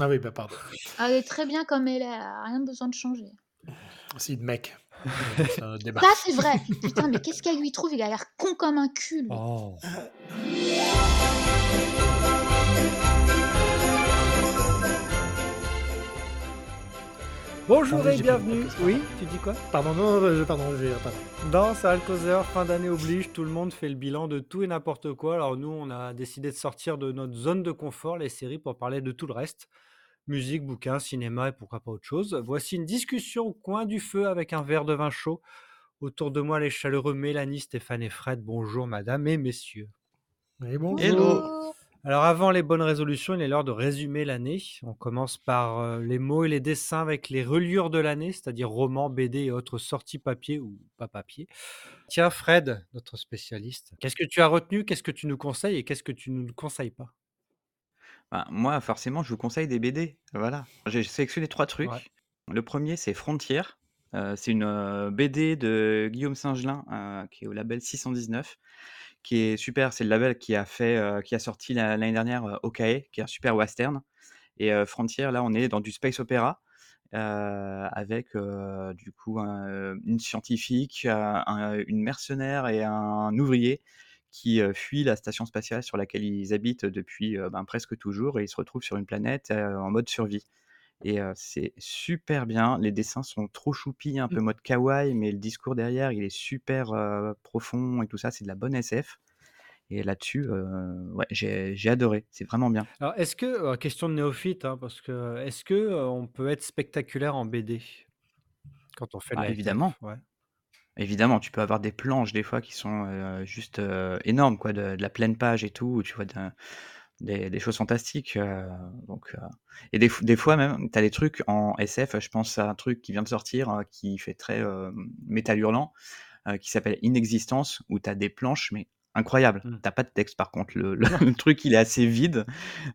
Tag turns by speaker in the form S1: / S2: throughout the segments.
S1: Ah oui, bah, pardon.
S2: Elle est très bien comme elle est, elle a rien besoin de changer.
S1: C'est une mec, mais bon, c'est un autre débat.
S2: Ça, c'est vrai! Putain, mais qu'est-ce qu'elle lui trouve? Il a l'air con comme un cul, lui.
S3: Oh!
S1: Ah
S3: Bonjour
S1: oui,
S3: et
S1: j'ai pas vu ta
S3: bienvenue.
S1: question.
S3: Oui, tu dis quoi?
S1: Pardon, non, non, non, pardon, j'ai pardon.
S3: Dans Sale Causeur, fin d'année oblige, tout le monde fait le bilan de tout et n'importe quoi. Alors nous, on a décidé de sortir de notre zone de confort, les séries, pour parler de tout le reste. Musique, bouquins, cinéma et pourquoi pas autre chose. Voici une discussion au coin du feu avec un verre de vin chaud. Autour de moi, les chaleureux Mélanie, Stéphane et Fred. Bonjour madame et messieurs.
S1: Oui,
S2: Oh.
S1: bonjour.
S4: Hello.
S2: Bonjour!
S3: Alors avant les bonnes résolutions, il est l'heure de résumer l'année. On commence par euh, les mots et les dessins avec les reliures de l'année, c'est-à-dire romans, BD et autres sorties papier ou pas papier. Tiens Fred, notre spécialiste, qu'est-ce que tu as retenu, qu'est-ce que tu nous conseilles et qu'est-ce que tu ne nous conseilles pas?
S4: Bah, moi, forcément, je vous conseille des BD. Voilà. J'ai sélectionné 3
S3: Ouais.
S4: trucs. Le 1er, c'est Frontier. Euh, c'est une euh, BD de Guillaume Singelin, euh, qui est au label 619, qui est super. C'est le label qui a fait, euh, qui a sorti la- l'année dernière euh, Okae, qui est un super western. Et euh, Frontier, là, on est dans du space opéra, euh, avec euh, du coup un- euh, une scientifique, euh, un- une mercenaire et un ouvrier qui euh, fuit la station spatiale sur laquelle ils habitent depuis euh, ben, presque toujours et ils se retrouvent sur une planète euh, en mode survie. Et euh, c'est super bien, les dessins sont trop choupis, un peu mode kawaii, mais le discours derrière, il est super euh, profond et tout ça, c'est de la bonne SF. Et là-dessus, euh, ouais, j'ai j'ai adoré, c'est vraiment bien.
S3: Alors est-ce que, euh, question de néophyte, hein, parce que est-ce que euh, on peut être spectaculaire en BD quand on fait de
S4: Ah,
S3: la SF?
S4: évidemment,
S3: Ouais.
S4: Évidemment, tu peux avoir des planches des fois qui sont euh, juste euh, énormes, quoi, de, de la pleine page et tout, où tu vois d'un- des, des choses fantastiques. euh, donc, euh, et des, fo- des fois même, tu as des trucs en SF, je pense à un truc qui vient de sortir, euh, qui fait très euh, métal hurlant, euh, qui s'appelle Inexistence, où tu as des planches, mais incroyables.
S3: Hmm.
S4: T'as pas de texte par contre, le, le- le truc il est assez vide,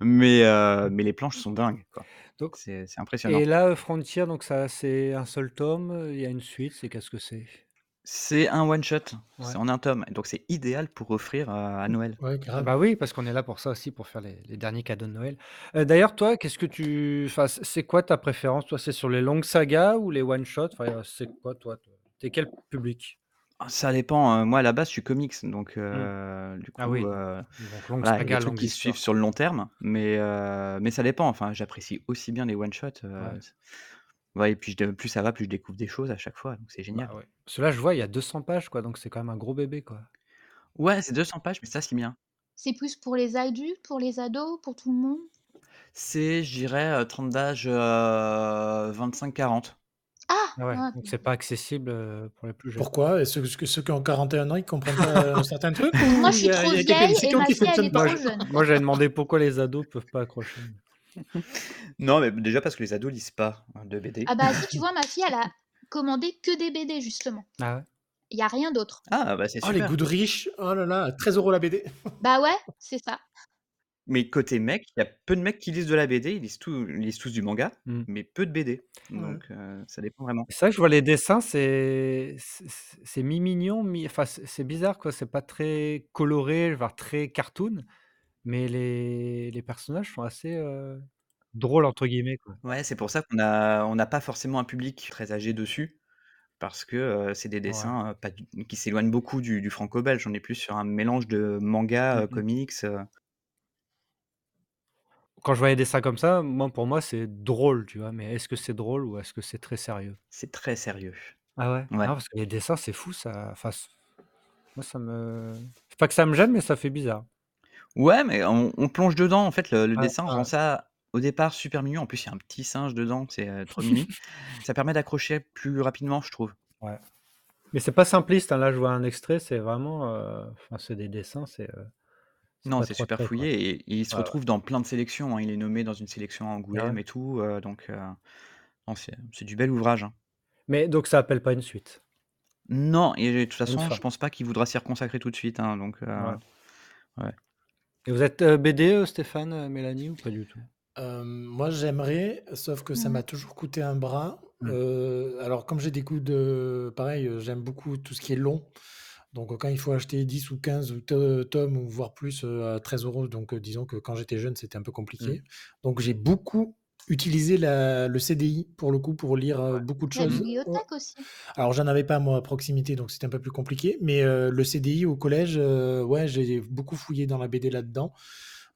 S4: mais, euh, mais les planches sont dingues, quoi.
S3: Donc
S4: C'est c'est
S3: et
S4: impressionnant.
S3: là euh, Frontier, donc ça c'est un seul tome, euh, il y a une suite, c'est qu'est-ce que c'est?
S4: C'est un one-shot, c'est
S3: Ouais.
S4: en un tome, donc c'est idéal pour offrir euh, à Noël.
S1: Ouais,
S3: Ah
S1: grave.
S3: bah oui, parce qu'on est là pour ça aussi, pour faire les, les derniers cadeaux de Noël. Euh, d'ailleurs, toi, qu'est-ce que tu... Enfin, c- c'est quoi ta préférence? Toi, c'est sur les longues sagas ou les one-shots? Enfin, euh, c'est quoi, toi? toi T'es quel public?
S4: Ah, Ça dépend. euh, moi, à la base, je suis comics, donc
S3: Hmm.
S4: euh, du
S3: Ah
S4: coup,
S3: oui,
S4: euh,
S3: donc longue
S4: voilà, il y a des
S3: saga,
S4: trucs
S3: longue
S4: qui se suivent
S3: histoire.
S4: sur le long terme, mais euh, mais ça dépend. Enfin, j'apprécie aussi bien les one shots.
S3: Ouais,
S4: et puis je dé- plus ça va, plus je découvre des choses à chaque fois, donc c'est
S3: bah
S4: génial.
S3: ouais. Parce que là, je vois, il y a 200 pages, quoi, donc c'est quand même un gros bébé, quoi.
S4: Ouais, c'est 200 pages, mais ça c'est bien.
S2: C'est plus pour les adultes, pour les ados, pour tout le monde?
S4: C'est, je dirais, euh, 30 d'âge, euh, 25-40.
S2: Ah!
S3: Ah ouais,
S2: Ah,
S3: donc
S2: bien.
S3: c'est pas accessible euh, pour les plus jeunes.
S1: Pourquoi? Et ceux, ceux qui ont 41 ans, ils comprennent pas euh, certains trucs
S2: Moi,
S1: ou il y
S2: je suis
S1: a,
S2: trop
S1: il y a quelques
S2: vieille et
S1: décisions
S2: ma
S1: qui
S2: fille, elle est
S1: fonctionnent
S3: Moi,
S1: pas?
S3: je-
S2: trop jeune.
S3: moi, j'avais demandé pourquoi les ados peuvent pas accrocher.
S4: Non, mais déjà parce que les ados lisent pas hein, de BD.
S2: Ah bah si, tu vois, ma fille, elle a commandé que des BD, justement.
S3: Ah ouais?
S2: Il y a rien d'autre.
S4: Ah, bah c'est
S1: Oh, les
S4: super.
S1: Goodrich! Oh là là, 13 euros la BD.
S2: Bah ouais, c'est ça.
S4: Mais côté mec, il y a peu de mecs qui lisent de la BD, ils lisent, tout, ils lisent tous du manga,
S3: Hmm.
S4: mais peu de BD.
S2: Mmh.
S1: Ouais.
S4: Donc euh, ça dépend vraiment.
S3: C'est vrai que je vois les dessins, c'est c'est c'est- c'est mi-mignon, mi... enfin c'est c'est bizarre quoi, c'est pas très coloré, voire très cartoon, mais les, les personnages sont assez euh, drôles entre guillemets quoi.
S4: Ouais, c'est pour ça qu'on a, on n'a pas forcément un public très âgé dessus, parce que euh, c'est des
S3: Ouais.
S4: dessins euh, pas du- qui s'éloignent beaucoup du, du franco-belge. On est plus sur un mélange de manga,
S3: Mm,
S4: euh,
S3: mm.
S4: comics. euh.
S3: Quand je vois les dessins comme ça, moi pour moi c'est drôle, tu vois, mais est-ce que c'est drôle ou est-ce que c'est très sérieux?
S4: c'est très sérieux.
S3: Ah ouais?
S4: Ouais.
S3: Ah parce que les dessins c'est fou ça, enfin c- moi ça me, c'est pas que ça me gêne mais ça fait bizarre.
S4: Ouais, mais on, on plonge dedans. En fait, le, le
S3: Ouais,
S4: dessin rend
S3: ouais.
S4: ça au départ super mignon. En plus, il y a un petit singe dedans, c'est euh, trop mimi. Ça permet d'accrocher plus rapidement, je trouve.
S3: Ouais. Mais c'est pas simpliste, hein, Là je vois un extrait, c'est vraiment, euh, enfin c'est des dessins, c'est euh, c'est
S4: Non,
S3: pas
S4: c'est
S3: trop
S4: super
S3: très quoi.
S4: fouillé et, et il se
S3: Ouais, ouais.
S4: retrouve dans plein de sélections. hein. Il est nommé dans une sélection à
S3: Ah ouais.
S4: Angoulême et tout. euh, donc, euh, non, c'est c'est du bel ouvrage. hein.
S3: Mais donc ça appelle pas une suite,
S4: Non, et de toute
S3: une
S4: façon, je
S3: fin.
S4: pense pas qu'il voudra s'y reconsacrer tout de suite. hein, donc, euh,
S3: Ouais.
S4: ouais.
S3: Et vous êtes euh, BD, euh, Stéphane, euh, Mélanie, ou pas du tout?
S1: Euh, moi, j'aimerais, sauf que ça
S2: Mm.
S1: m'a toujours coûté un bras.
S3: Mm.
S1: Euh, alors, comme j'ai des goûts de... Pareil, euh, j'aime beaucoup tout ce qui est long. Donc, euh, quand il faut acheter 10 ou 15 ou to- tomes, ou voire plus, euh, à 13 euros, donc euh, disons que quand j'étais jeune, c'était un peu
S3: Mm.
S1: compliqué. Donc, j'ai beaucoup utiliser la le CDI pour le coup pour lire, heu,
S4: Ouais.
S1: beaucoup de
S2: La
S1: choses. On
S2: bibliothèque aussi?
S1: alors j'en avais pas moi à proximité donc c'était un peu plus compliqué, mais heu, le CDI au collège, heu, ouais j'ai beaucoup fouillé dans la BD là-dedans.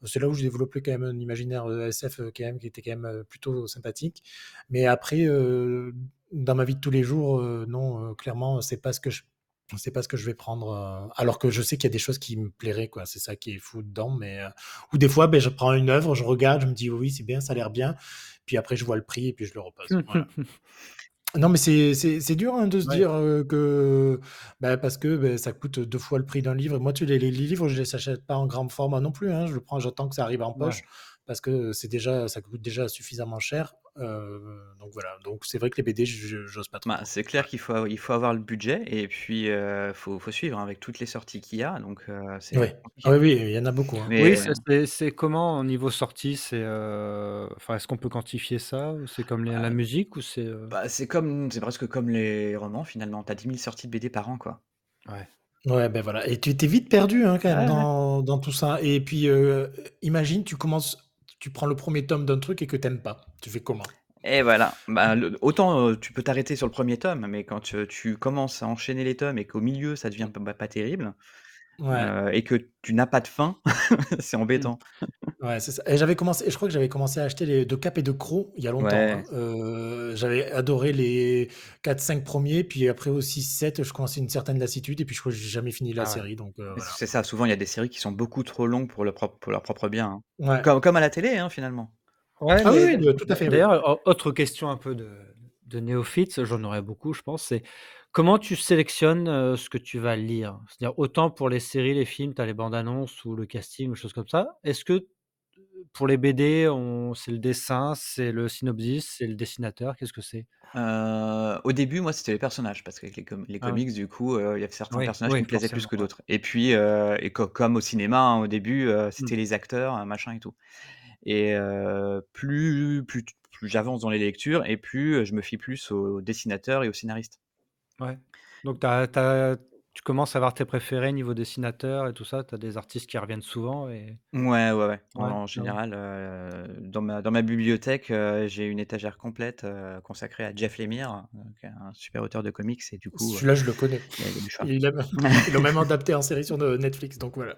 S1: C'est là où j'ai développé quand même un imaginaire, heu, SF, heu, euh, quand même qui était quand même, heu, plutôt sympathique. Mais après, heu, dans ma vie de tous les jours, heu, non, heu, clairement, c'est pas ce que je c'est pas ce que je vais prendre, heu, alors que je sais qu'il y a des choses qui me plairaient quoi, c'est ça qui est fou dedans mais heu, ou des fois, beh, je prends une œuvre, je regarde, je me dis: «Oui, c'est bien, ça a l'air bien», puis après je vois le prix et puis je le repasse, voilà. Non mais c'est c'est c'est dur, hein, de se
S3: Ouais.
S1: dire, heu, que, bah, parce que, beh, ça coûte 2 fois le prix d'un livre et moi tu les les livres je les achète pas en grand format non plus, hein. Je le prends, j'attends que ça arrive en poche
S3: Ouais.
S1: parce que c'est déjà ça coûte déjà suffisamment cher, heu, donc voilà. Donc c'est vrai que les BD je je j'ose pas trop
S4: Bah,
S1: quoi,
S4: c'est clair
S1: ouais.
S4: qu'il faut il faut avoir le budget et puis, heu, faut faut suivre, hein, avec toutes les sorties qu'il y a donc heu, c'est
S1: Ouais. Ah
S4: compliqué.
S1: oui, oui, il y en a beaucoup, hein.
S4: Mais
S3: Oui, ça c'est c'est comment au niveau sortie? C'est, heu, enfin, est-ce qu'on peut quantifier ça? Ou c'est comme les la
S1: Euh,
S4: Bah
S3: musique ou c'est, euh heu?
S4: bah, c'est comme c'est presque comme les romans finalement. Tu as 10 000 sorties de BD par an, quoi.
S3: Ouais.
S1: Ouais, beh, voilà et tu t'es vite perdu, hein, quand même
S4: Ouais, ouais.
S1: dans dans tout ça et puis, heu, imagine tu commences tu prends le 1er tome d'un truc et que tu aimes pas. Tu fais comment?
S4: Et voilà, bah, le autant, heu, tu peux t'arrêter sur le 1er tome, mais quand, heu, tu commences à enchaîner les tomes et qu'au milieu ça devient p bah, pas terrible,
S1: Ouais.
S4: heu et que tu n'as pas de fin, c'est
S3: Mmh.
S4: embêtant.
S1: Ouais, c'est ça et j'avais commencé je crois que j'avais commencé à acheter les de Cap et de Cros il y a longtemps, hein.
S4: Ouais.
S1: Heu, j'avais adoré les 4-5 1ers puis après au 6-7 je commençais une certaine lassitude et puis je crois que j'ai jamais fini la
S3: Ah ouais.
S1: série donc euh, heu,
S4: Mais
S1: voilà.
S4: c'est ça, souvent il y a des séries qui sont beaucoup trop longues pour leur propre pour leur propre bien, hein.
S1: Ouais.
S4: Comme comme à la télé, hein, finalement.
S3: Ouais,
S1: Ah oui,
S3: mais
S1: oui, de
S3: d'a
S1: tout à
S3: d'a
S1: fait, oui.
S3: d'ailleurs, au autre question un peu de de néophyte, j'en aurais beaucoup je pense, c'est comment tu sélectionnes, heu, ce que tu vas lire? C'est-à-dire autant pour les séries, les films, tu as les bandes annonces ou le casting ou choses comme ça. Est-ce que, heu, pour les BD on c'est le dessin, c'est le synopsis, c'est le dessinateur? Qu'est-ce que c'est?
S4: Heu, au début, moi, c'était les personnages parce qu'avec les com les
S3: Ah oui.
S4: comics du coup, heu, il y avait certains
S3: Oui,
S4: personnages qui
S3: oui,
S4: me plaisaient plus
S3: forcément,
S4: que
S3: ouais.
S4: d'autres et puis, heu et co comme au cinéma, hein, au début, heu,
S3: Mmh.
S4: c'était les acteurs, heu, machin et tout et heu, plus plus t plus j'avance dans les lectures et plus, heu, je me fie plus aux dessinateurs et aux scénaristes.
S3: Ouais, donc tu as tu as tu commences à avoir tes préférés niveau dessinateur et tout ça? Tu as des artistes qui reviennent souvent et
S4: Ouais, ouais, ouais. En
S3: ouais,
S4: en
S3: ah oui.
S4: général, heu, dans ma dans ma bibliothèque, heu, j'ai une étagère complète, heu, consacrée à Jeff Lemire, hein, donc un super auteur de comics et du coup, heu,
S1: Celui-là je le connais.
S4: il y a il y a du choix.
S1: Il a même ils l'ont même adapté en série sur ne Netflix donc voilà.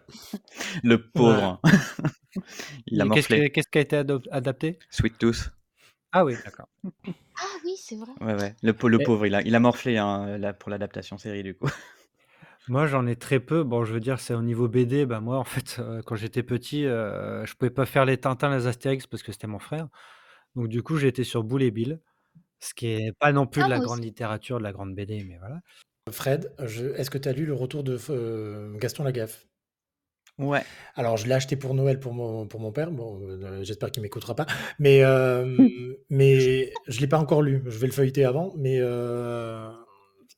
S4: Le
S1: Ouais.
S4: pauvre. Il a
S3: Et qu'est-ce
S4: morflé.
S3: qui qu'est-ce qui a été adop adapté?
S4: Sweet Tooth.
S3: Ah oui, d'accord.
S2: Ah oui, c'est vrai.
S4: Ouais, ouais, le pau le
S3: Et
S4: pauvre, il a il a morflé, hein, là pour l'adaptation série du coup.
S3: Moi, j'en ai très peu. Bon, je veux dire, c'est au niveau BD, bah, moi, en fait, heu, quand j'étais petit, heu, je pouvais pas faire les Tintins, les Astérix parce que c'était mon frère, donc du coup, j'étais sur Boule et Bill, ce qui est pas non plus
S2: Ah
S3: de la
S2: moi
S3: grande
S2: aussi.
S3: littérature, de la grande BD, mais voilà.
S1: Fred, je est-ce que tu as lu le retour de F heu, Gaston Lagaffe?
S4: Ouais.
S1: Alors je l'ai acheté pour Noël pour mon pour mon père, bon, heu, j'espère qu'il m'écoutera pas, mais hem, mais je l'ai pas encore lu. Je vais le feuilleter avant, mais heu,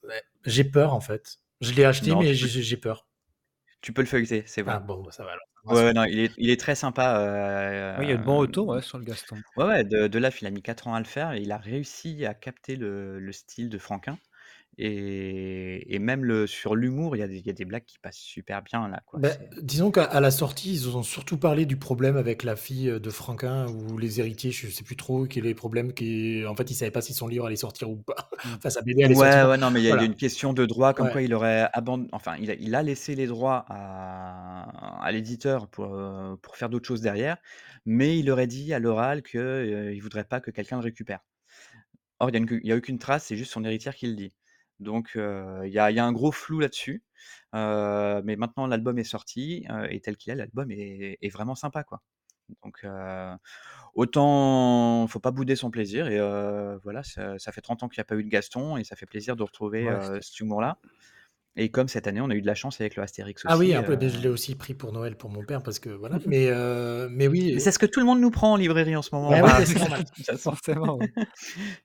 S1: ouais, j'ai peur en fait. Je l'ai acheté
S4: Non,
S1: mais
S4: tu
S1: j'ai
S4: peux
S1: j'ai j'ai peur.
S4: tu peux le feuilleter, c'est
S1: Ah
S4: vrai.
S1: bon, bah, ça va alors, ça me
S4: Ouais, ouais,
S1: rassure.
S4: non, il est il est très sympa, Ah
S3: Oui, il y a de bons
S4: heu,
S3: retours, ouais, sur le Gaston.
S4: ouais, ouais, De Delaff, il a mis 4 ans à le faire et il a réussi à capter le le style de Franquin et et même le sur l'humour, il y a des il y a des blagues qui passent super bien là, quoi,
S1: Bah,
S4: c'est
S1: disons qu'à à la sortie, ils ont surtout parlé du problème avec la fille, heu, de Franquin ou les héritiers, je sais plus trop, qui est les problèmes qui en fait, ils savaient pas si son livre allait sortir ou pas.
S4: Mmh.
S1: Enfin sa BD allait sortir
S4: Ouais,
S1: ou pas.
S4: ouais, non, mais il y a il y a
S1: Voilà.
S4: une question de droit comme
S1: Ouais.
S4: quoi il aurait aban enfin il a il a laissé les droits à à l'éditeur pour, heu, pour faire d'autres choses derrière, mais il aurait dit à l'oral que, heu, il voudrait pas que quelqu'un le récupère. Or il y a une q il y a aucune trace, c'est juste son héritière qui le dit, donc heu, il y a il y a un gros flou là-dessus, heu, mais maintenant l'album est sorti, heu et tel qu'il est, l'album est est vraiment sympa, quoi, donc heu, autant faut pas bouder son plaisir et heu, voilà, ça ça fait 30 ans qu'il y a pas eu de Gaston et ça fait plaisir de retrouver,
S3: Ouais,
S4: heu,
S3: c'est
S4: cet humour-là et comme cette année, on a eu de la chance avec le Astérix
S1: Ah oui,
S4: aussi, euh,
S1: un peu,
S4: heu
S1: beh, je l'ai aussi pris pour Noël pour mon père parce que voilà, mais heu, mais
S4: Mais
S1: oui
S4: c'est ce que tout le monde nous prend en librairie en ce moment,
S1: Bah, oui,
S3: Bah,
S1: beh,
S4: hein,
S1: c'est normal.
S4: de toute façon.
S3: forcément, oui.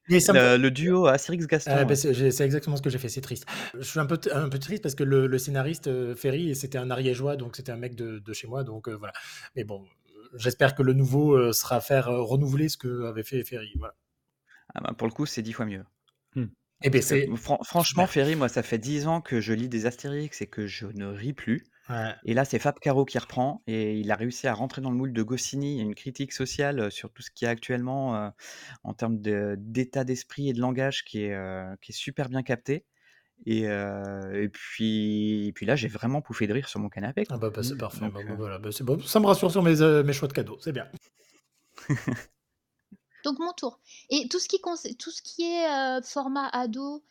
S1: Mais ça me fait
S4: Le le duo Astérix
S1: Ah
S4: Gaston,
S1: beh,
S4: ouais.
S1: c'est j'ai c'est exactement ce que j'ai fait, c'est triste. Je suis un peu t un peu triste parce que le le scénariste, heu, Ferry, c'était un ariégeois donc c'était un mec de de chez moi donc heu, voilà, mais bon, heu, j'espère que le nouveau, heu, saura faire, heu, renouveler ce qu'avait fait Ferry, voilà.
S4: Ah bah, pour le coup, c'est 10 fois mieux.
S3: Mmh.
S1: Eh beh,
S4: Parce que
S1: c'est
S4: fran franchement
S1: super.
S4: Ferry, moi, ça fait 10 ans que je lis des Astérix et que je ne ris plus.
S1: Ouais.
S4: Et là, c'est Fab Caro qui reprend et il a réussi à rentrer dans le moule de Goscinny. Il y a une critique sociale euh, sur tout ce qu'il y a actuellement euh, en termes de- d'état d'esprit et de langage qui est, euh, qui est super bien capté. Et, euh, et, puis, et puis là, j'ai vraiment pouffé de rire sur mon canapé.
S1: Ah
S4: Quoi.
S1: bah, bah, c'est
S3: Mm.
S1: parfait.
S4: Donc,
S1: Bah, bah,
S4: euh,
S1: voilà, bah, c'est bon. Ça me rassure sur mes, euh, mes choix de cadeaux. C'est bien.
S2: Donc mon tour. Et tout ce qui, cons- tout ce qui est euh, format ado,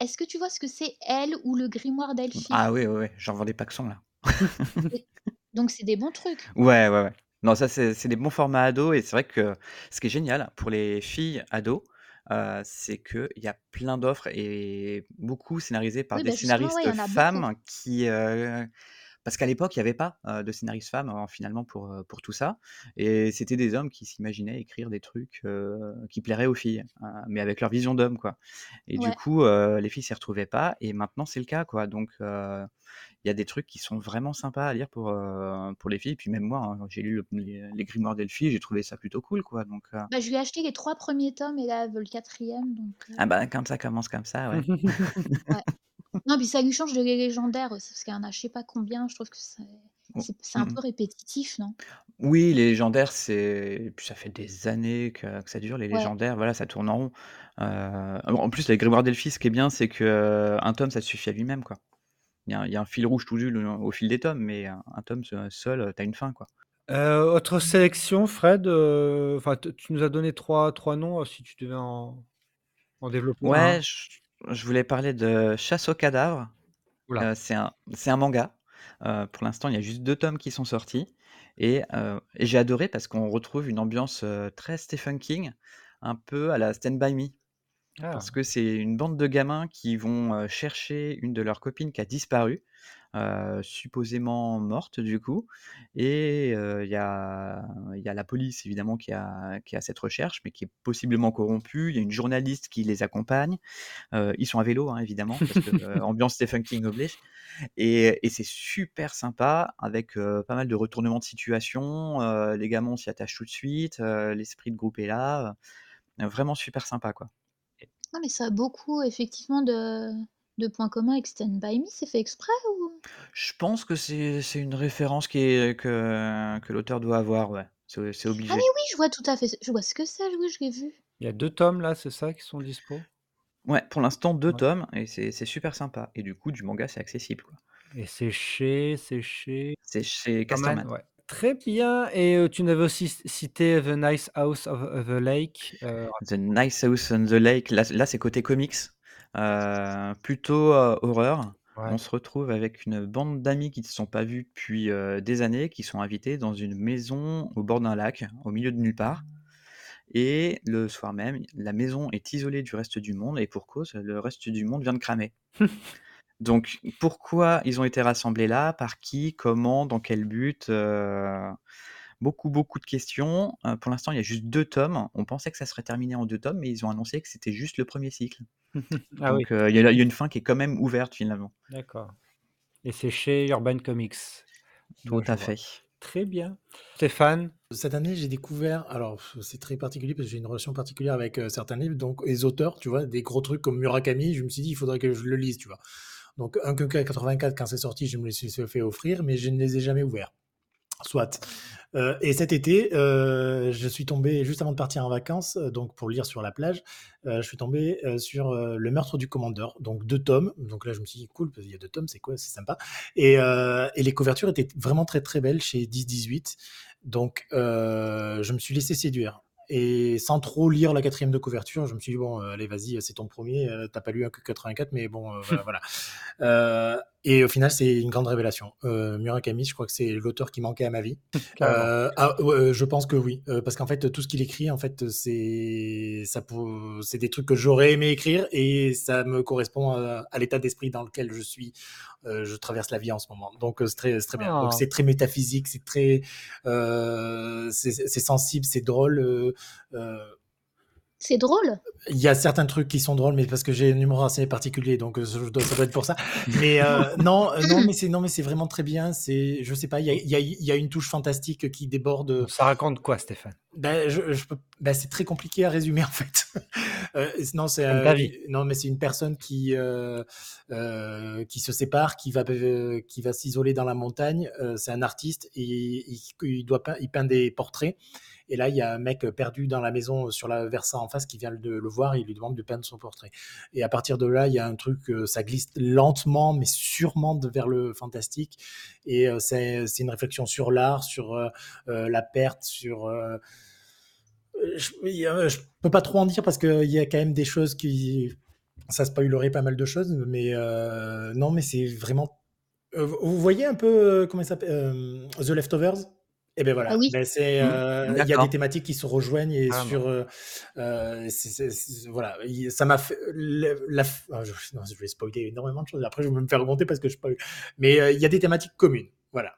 S2: est-ce que tu vois ce que c'est Elle ou le grimoire d'Elphie
S4: Ah oui, ouais, ouais, j'en vendais pas que son là.
S2: Donc c'est des bons trucs.
S4: Ouais, ouais, ouais. Non, ça, c'est c'est des bons formats ados. Et c'est vrai que ce qui est génial pour les filles ados, euh, c'est qu'il y a plein d'offres et beaucoup scénarisées par
S2: Oui,
S4: des
S2: bah justement, ouais, il y
S4: scénaristes
S2: en a beaucoup.
S4: femmes qui. euh, parce qu'à l'époque, il n'y avait pas euh, de scénaristes femmes euh, finalement pour, euh, pour tout ça. Et c'était des hommes qui s'imaginaient écrire des trucs euh, qui plairaient aux filles, euh, mais avec leur vision d'homme, quoi. Et du
S2: Ouais.
S4: coup, euh, les filles s'y retrouvaient pas. Et maintenant, c'est le cas, quoi. Donc. euh, il y a des trucs qui sont vraiment sympas à lire pour, euh, pour les filles. Et puis même moi, hein, j'ai lu le- les, les Grimoires d'Elphie, j'ai trouvé ça plutôt cool, quoi. Donc, euh,
S2: Bah, je lui ai acheté les trois premiers tomes et là, elle veut le quatrième. Donc, euh,
S4: ah bah, quand ça commence comme ça,
S3: Mmh.
S4: ouais.
S2: ouais. Non, puis ça lui change de les légendaires aussi, parce qu'il y en a je sais pas combien. Je trouve que c'est
S4: Bon.
S2: c'est- c'est un
S4: Mm,
S2: peu
S4: mm.
S2: répétitif, non
S4: Oui, les légendaires, c'est. et puis ça fait des années que, que ça dure, les
S2: Ouais.
S4: légendaires, voilà, ça tourne en rond. Euh, En plus, les Grimoires d'Elphie, ce qui est bien, c'est que euh, un tome, ça suffit à lui-même, quoi. Il y, a un il y a un fil rouge tout nul au fil des tomes, mais euh, un, un tome se- seul, euh, t'as une fin, quoi.
S3: Euh, autre sélection, Fred. euh, Enfin, t- tu nous as donné trois, trois noms. euh, Si tu devais en, en développer
S4: Ouais,
S3: un.
S4: je, je voulais parler de Chasse aux cadavres.
S3: Oula.
S4: Euh, c'est un, c'est un manga. Euh, pour l'instant, il y a juste deux tomes qui sont sortis. Et, euh, et j'ai adoré parce qu'on retrouve une ambiance euh, très Stephen King, un peu à la Stand By Me.
S3: Ah.
S4: Parce que c'est une bande de gamins qui vont euh, chercher une de leurs copines qui a disparu, euh, supposément morte du coup. Et euh, il y, a, il y a la police évidemment qui a, qui a cette recherche, mais qui est possiblement corrompue. Il y a une journaliste qui les accompagne. Euh, ils sont à vélo hein, évidemment, parce que euh, ambiance Stephen King oblige. Et, et c'est super sympa, avec euh, pas mal de retournements de situation. euh, les gamins, on s'y attache tout de suite. euh, L'esprit de groupe est là. euh, vraiment super sympa, quoi. Et-
S2: Non, mais ça a beaucoup, effectivement, de, de points communs avec Stand By Me. C'est fait exprès ou
S4: Je pense que c'est c'est une référence qui est, que, que l'auteur doit avoir, ouais. C'est c'est
S2: Ah, mais
S4: obligé.
S2: oui, je vois tout à fait. ce- Je vois ce que c'est, oui, je l'ai vu.
S3: Il y a deux tomes là, c'est ça, qui sont dispo.
S4: Ouais, pour l'instant, deux
S3: Ouais.
S4: tomes, et c'est c'est super sympa. Et du coup, du manga, c'est accessible, quoi.
S3: Et c'est chez, c'est chez.
S4: C'est chez
S3: Kaman,
S4: Casterman.
S3: ouais. Très bien. Et euh, tu nous avais aussi c- cité The Nice House of, of the Lake. euh,
S4: The Nice House on the Lake, là, là, c'est côté comics, Euh, plutôt euh, horreur.
S3: ouais.
S4: On se retrouve avec une bande d'amis qui ne se sont pas vus depuis euh, des années, qui sont invités dans une maison au bord d'un lac, au milieu de nulle part. Et le soir même, la maison est isolée du reste du monde, et pour cause, le reste du monde vient de cramer. Donc pourquoi ils ont été rassemblés là, par qui, comment, dans quel but euh, Beaucoup, beaucoup de questions. Euh, pour l'instant, il y a juste deux tomes. On pensait que ça serait terminé en deux tomes, mais ils ont annoncé que c'était juste le premier cycle.
S3: Ah oui,
S4: Donc euh, il y, a il y a une fin qui est quand même ouverte finalement.
S3: d'accord. Et c'est chez Urban Comics.
S4: Tout
S3: D'où je
S4: à
S3: vois.
S4: fait.
S3: Très bien. Stéphane.
S1: Cette année, j'ai découvert, alors pff, c'est très particulier parce que j'ai une relation particulière avec euh, certains livres, donc les auteurs, tu vois, des gros trucs comme Murakami, je me suis dit, il faudrait que je le lise, tu vois. Donc, un Kunkai 84, quand c'est sorti, je me les suis fait offrir, mais je ne les ai jamais ouverts. Soit. Euh, et cet été, euh, je suis tombé, juste avant de partir en vacances, euh, donc pour lire sur la plage, euh, je suis tombé euh, sur euh, Le meurtre du commandeur, donc deux tomes. Donc là, je me suis dit, cool, il y a deux tomes, c'est quoi, c'est sympa. Et, euh, et les couvertures étaient vraiment très très belles chez 10-18. Donc euh, je me suis laissé séduire. Et sans trop lire la quatrième de couverture, je me suis dit, bon, euh, allez, vas-y, c'est ton premier, euh, t'as pas lu un que 84, mais bon, euh, voilà. voilà. Euh, et au final, c'est une grande révélation. Euh, Murakami, je crois que c'est l'auteur qui manquait à ma vie.
S3: Carrément.
S1: Euh, ah, ouais, euh, je pense que oui, Euh, parce qu'en fait, tout ce qu'il écrit, en fait, c'est ça, pour- c'est des trucs que j'aurais aimé écrire et ça me correspond euh, à, à l'état d'esprit dans lequel je suis. Euh, je traverse la vie en ce moment, donc euh, c'est très, c'est très bien. Donc
S3: Ah.
S1: c'est très métaphysique, c'est très, euh, c'est c'est sensible, c'est drôle. euh, euh,
S2: C'est drôle.
S1: Il y a certains trucs qui sont drôles, mais parce que j'ai un numéro assez particulier, donc euh, ça doit, ça doit être pour ça. Mais euh, non, euh, non, mais c'est non, mais c'est vraiment très bien. C'est, je sais pas, il y a, il y a- il y a une touche fantastique qui déborde.
S3: Ça raconte quoi, Stéphane
S1: Ben, je, je peux- ben, c'est très compliqué à résumer en fait. Euh, non, c'est
S3: Comme
S1: euh,
S3: ta vie.
S1: non, mais c'est une personne qui euh, euh, qui se sépare, qui va euh, qui va s'isoler dans la montagne. Euh, c'est un artiste et il, il doit pein- il peint des portraits. Et là, il y a un mec perdu dans la maison euh, sur la versant en face qui vient de le voir et il lui demande de peindre son portrait. Et à partir de là, il y a un truc, euh, ça glisse lentement mais sûrement de- vers le fantastique. Et euh, c'est c'est une réflexion sur l'art, sur euh, euh, la perte, sur euh, je, il y a- je peux pas trop en dire parce qu'il y a quand même des choses qui. Ça spoilerait pas mal de choses, mais euh, non, mais c'est vraiment. Euh, vous voyez un peu, euh, comment il s'appelle euh, The Leftovers Eh bien voilà,
S2: Ah oui.
S1: Ben, c'est, euh, il y a
S4: D'accord.
S1: des thématiques qui se rejoignent et
S3: Ah, bon.
S1: sur. euh, euh, c'est- c'est- c'est- voilà, Il- ça m'a fait. le- la, f- ah, je, non, je vais spoiler énormément de choses, après je vais me faire remonter parce que je spoil. Mais euh, il y a des thématiques communes, voilà.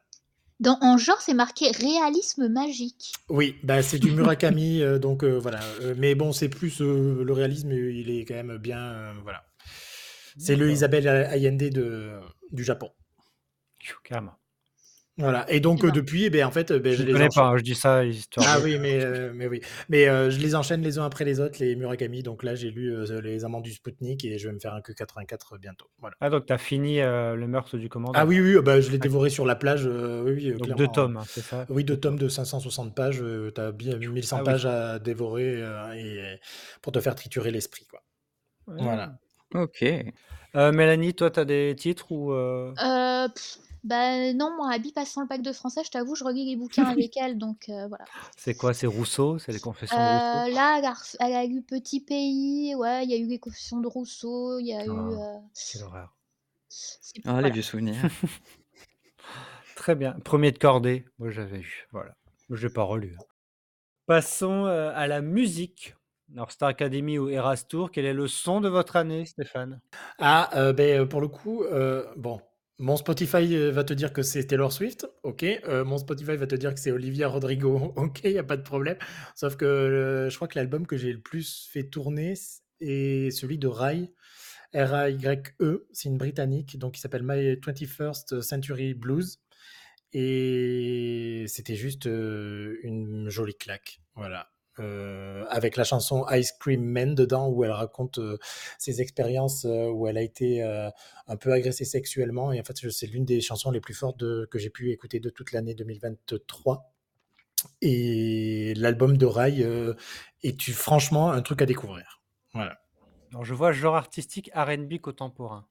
S2: Dans en genre, c'est marqué réalisme magique.
S1: Oui, bah c'est du Murakami, euh, donc euh, voilà. Euh, mais bon, c'est plus euh, le réalisme, euh, il est quand même bien, euh, voilà. C'est le
S3: D'accord.
S1: Isabelle Allende de, du Japon.
S3: Pfiou, Carrément.
S1: Voilà. Et donc euh,
S2: D'accord.
S1: depuis, eh ben, en fait, euh, ben,
S3: Je
S1: je,
S3: ne
S1: les
S3: connais
S1: enchaîne.
S3: pas, hein, je dis ça histoire.
S1: Ah
S3: de-
S1: oui, mais, euh, mais oui, mais euh, je les enchaîne les uns après les autres les Murakami. Donc là, j'ai lu euh, les Amants du Spoutnik et je vais me faire un que 84 bientôt. Voilà.
S3: Ah, donc tu as fini euh, le meurtre du commandant.
S1: Ah oui, oui, euh, bah, je l'ai dévoré sur la plage. euh, oui, oui, euh,
S3: Donc deux
S1: clairement.
S3: tomes, hein, c'est ça
S1: Oui, deux tomes de 560 pages. euh, T'as bien 1100
S3: Ah oui.
S1: pages à dévorer euh, et, pour te faire triturer l'esprit, quoi.
S3: Ouais.
S1: Voilà.
S4: Ok. Ah,
S3: Euh, Mélanie, toi, tu as des titres ou. euh,
S2: Euh, pff, bah non, moi, Abby passant le bac de français, je t'avoue, je relis les bouquins avec elle, donc euh, voilà.
S3: C'est quoi C'est Rousseau C'est les confessions de Rousseau
S2: Euh, là, elle a, ref- elle a lu Petit Pays, ouais, il y a eu les confessions de Rousseau, il y a eu.
S3: Ah.
S2: euh,
S3: Quelle horreur.
S2: c'est-
S4: Ah, les
S2: voilà.
S4: vieux souvenirs.
S3: Très bien. Premier de cordée, moi j'avais eu. Voilà. Je n'ai pas relu. hein. Passons euh, à la musique. Alors, Star Academy ou Eras Tour, quel est le son de votre année, Stéphane
S1: Ah, euh, ben, euh, pour le coup, euh, bon, mon Spotify euh, va te dire que c'est Taylor Swift, ok. Euh, mon Spotify va te dire que c'est Olivia Rodrigo, ok, il n'y a pas de problème. Sauf que euh, je crois que l'album que j'ai le plus fait tourner c- est celui de Rai, R-A-Y-E, E, c'est une Britannique, donc il s'appelle My 21st Century Blues. Et c'était juste euh, une jolie claque, voilà. Euh, avec la chanson Ice Cream Man dedans, où elle raconte euh, ses expériences euh, où elle a été euh, un peu agressée sexuellement. Et en fait, je- c'est l'une des chansons les plus fortes de- que j'ai pu écouter de toute l'année 2023. Et l'album de Rai euh, est franchement un truc à découvrir. Voilà.
S3: Alors, je vois genre artistique RB contemporain.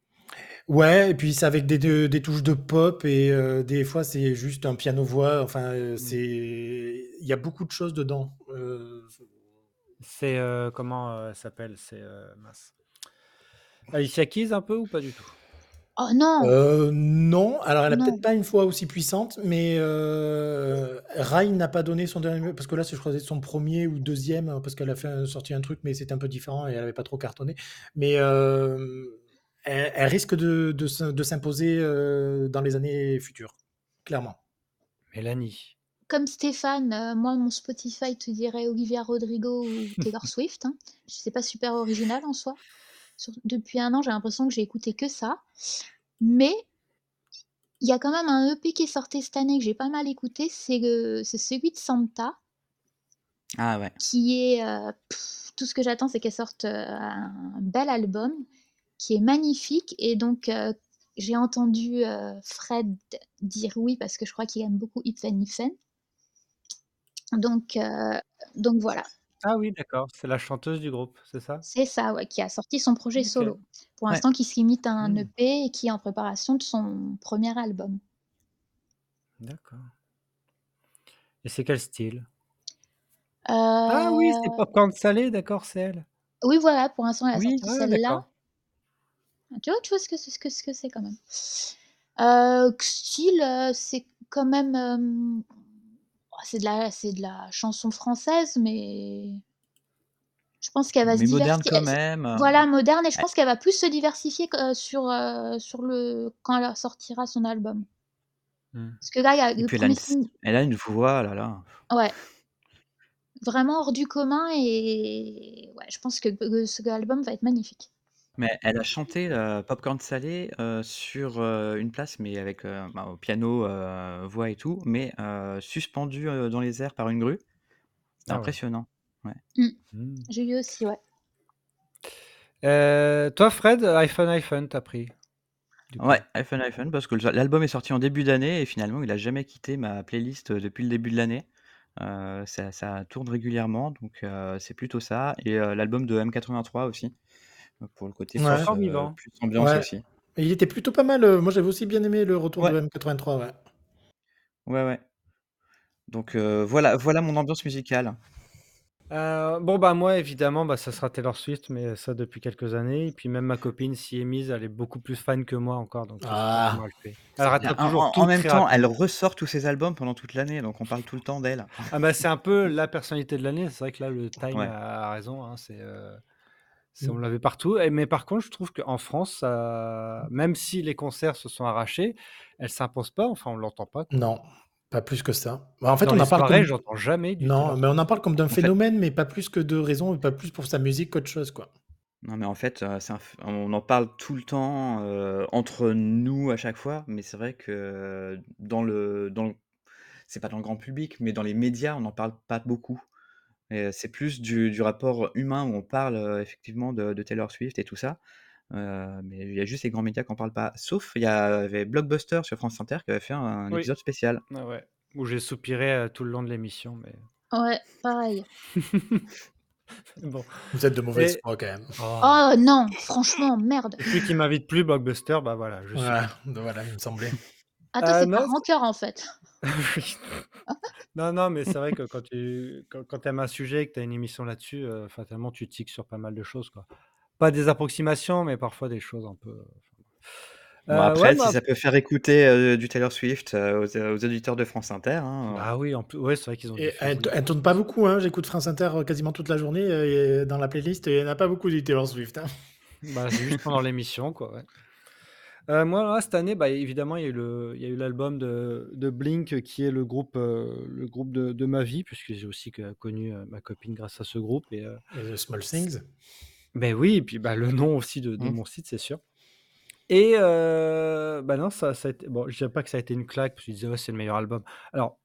S1: Ouais, et puis c'est avec des, des- des touches de pop et euh, des fois c'est juste un piano-voix. Enfin, euh, c'est il y a beaucoup de choses dedans. Euh,
S3: C'est. euh, comment euh, elle s'appelle C'est. euh, mince. Alicia Keys un peu ou pas du tout
S2: Oh non
S1: Euh, non, alors elle a
S2: Non.
S1: peut-être pas une foi aussi puissante, mais euh, Rai n'a pas donné son dernier, parce que là, c'est, je crois que c'est son premier ou deuxième, hein, parce qu'elle a fait un- sorti un truc, mais c'était un peu différent et elle avait pas trop cartonné. Mais euh, elle, elle risque de, de s- de s'imposer euh, dans les années futures, clairement.
S3: Mélanie.
S2: Comme Stéphane, euh, moi, mon Spotify te dirait Olivia Rodrigo ou Taylor Swift. Hein. C'est pas super original en soi. Sur- depuis un an, j'ai l'impression que j'ai écouté que ça. Mais il y a quand même un EP qui est sorti cette année que j'ai pas mal écouté. C'est le- c'est celui de Santa.
S4: Ah ouais.
S2: qui est euh, pff, tout ce que j'attends, c'est qu'elle sorte euh, un bel album qui est magnifique. Et donc, euh, j'ai entendu euh, Fred dire oui parce que je crois qu'il aime beaucoup Ipfen Ipfen. Donc, euh, donc voilà,
S3: Ah oui, d'accord. C'est la chanteuse du groupe, c'est ça
S2: c'est ça ouais, qui a sorti son projet
S3: Ok.
S2: solo. Pour
S4: Ouais.
S2: l'instant, qui se limite à un
S3: Hmm.
S2: EP et qui est en préparation de son premier album.
S3: D'accord. Et c'est quel style Ah
S2: Euh,
S3: oui, c'est popcorn salé, d'accord, c'est elle.
S2: Oui, voilà, pour l'instant, elle a
S3: Oui,
S2: sorti
S3: ouais,
S2: celle-là.
S3: d'accord.
S2: Tu vois, tu vois ce que c'est ce que, ce que c'est quand même. Euh, que style, euh, c'est quand même. euh, oh, c'est de, la- c'est de la chanson française, mais. Je pense qu'elle va
S4: Mais
S2: se
S4: moderne
S2: diversifier.
S4: quand même. euh,
S2: Voilà, moderne, et je pense qu'elle va plus se diversifier euh, sur, euh, sur le... quand elle sortira son album.
S3: Hmm.
S2: Parce que là, il y a
S4: Mmh. Et
S2: le
S4: puis elle a,
S2: premier
S4: une...
S2: single-
S4: elle a une voix, oh là là.
S2: Ouais. Vraiment hors du commun et. Ouais, ouais, je pense que, que ce album va être magnifique.
S4: Mais elle a chanté euh, Popcorn Salé euh, sur euh, une place, mais avec euh, bah, au piano, euh, voix et tout, mais euh, suspendue euh, dans les airs par une grue.
S3: Ah ouais.
S4: Impressionnant. Mmh.
S3: Hmm.
S2: J'ai eu aussi, ouais.
S3: Euh, toi, Fred, iPhone, iPhone, t'as pris. du coup.
S4: Ouais, iPhone, iPhone, parce que le- l'album est sorti en début d'année et finalement il a jamais quitté ma playlist euh, depuis le début de l'année. Euh, ça, ça tourne régulièrement, donc euh, c'est plutôt ça. Et euh, l'album de M83 aussi, euh, pour le côté
S1: Ouais.
S4: plus,
S3: Encore
S4: euh,
S3: vivant.
S4: plus ambiance
S1: Ouais.
S4: aussi.
S1: Et il était plutôt pas mal. euh, Moi, j'avais aussi bien aimé le retour
S4: Ouais,
S1: de M83. Ouais.
S4: ouais, ouais. Donc euh, voilà, voilà mon ambiance musicale.
S3: Euh, bon, bah, moi, évidemment, bah, ça sera Taylor Swift, mais ça depuis quelques années. Et puis, même ma copine s'y est mise, elle est beaucoup plus fan que moi encore, donc je sais pas comment
S1: Ah,
S3: elle fait. Elle
S1: ça
S4: Bien,
S3: rattrape
S4: En,
S3: toujours
S4: en- en
S3: tout
S4: même
S3: très
S4: temps, elle
S3: rapide.
S4: ressort tous ses albums pendant toute l'année, donc on parle tout le temps d'elle.
S3: Ah, bah, c'est un peu la personnalité de l'année. C'est vrai que là, le Time
S4: Ouais.
S3: a, a raison, hein, c'est. euh, c'est-
S1: Mm.
S3: On l'avait partout. Et- mais par contre, je trouve qu'en France, ça- même si les concerts se sont arrachés, elle s'impose pas. Enfin, on l'entend pas. Quoi.
S1: non, pas plus que ça. Bah, En fait,
S3: Dans
S1: on
S3: les
S1: en parle
S3: soirées,
S1: comme
S3: j'entends jamais du
S1: non,
S3: Taylor
S1: mais on en
S3: Swift.
S1: parle comme d'un
S4: En fait,
S1: phénomène, mais pas plus que de raison, et pas plus pour sa musique qu'autre chose, quoi.
S4: non mais en fait, euh, c'est un ph- on en parle tout le temps euh, entre nous à chaque fois, mais c'est vrai que dans le, dans le- c'est pas dans le grand public, mais dans les médias, on n'en parle pas beaucoup. Et, euh, C'est plus du, du rapport humain où on parle euh, effectivement de, de Taylor Swift et tout ça. Euh, mais il y a juste les grands médias qui n'en parlent pas. Sauf, il y avait Blockbuster sur France Inter qui avait fait un, un
S3: Oui.
S4: épisode spécial.
S3: Ah ouais. Où j'ai soupiré euh, tout le long de l'émission, mais
S2: Ouais, pareil.
S3: bon.
S1: Vous êtes de mauvaise
S3: Et
S1: foi, quand même.
S3: oh.
S2: Oh non, franchement, merde.
S3: et puis qui m'invite plus Blockbuster, bah voilà, je
S1: Voilà,
S3: supplie.
S1: voilà, il me semblait.
S2: Ah, toi,
S3: Euh,
S2: c'est par
S3: non,
S2: rancœur en fait.
S3: Oui. non, non, mais c'est vrai que quand tu quand, quand t'aimes un sujet et que tu as une émission là-dessus, euh, fatalement tu tiques sur pas mal de choses, quoi. Pas des approximations, mais parfois des choses un peu. Euh,
S4: Bon,
S3: ouais,
S4: après, si
S3: moi,
S4: ça peut faire écouter euh, du Taylor Swift euh, aux, aux auditeurs de France Inter, hein,
S3: bah oui, en plus, ouais, c'est vrai qu'ils ont
S1: Et elle,
S3: diffusé.
S1: t- elle tourne pas beaucoup, hein. J'écoute France Inter euh, quasiment toute la journée euh, et dans la playlist, il n'y en a pas beaucoup du Taylor Swift. hein.
S3: Bah, c'est juste pendant l'émission, quoi. ouais. Euh, moi, là, cette année, bah, évidemment, il y a eu le- il y a eu l'album de, de Blink, euh, qui est le groupe, euh, le groupe de, de ma vie, puisque j'ai aussi que- connu euh, ma copine grâce à ce groupe. Et, euh,
S1: Et The Small
S3: c-
S1: Things.
S3: ben oui, et puis bah, le nom aussi de, de
S4: euh,
S3: mon site, c'est sûr. Et euh, bah non, ça, ça a été, bon, je dirais pas que ça a été une claque, parce que je disais, ouais, c'est le meilleur album. Alors,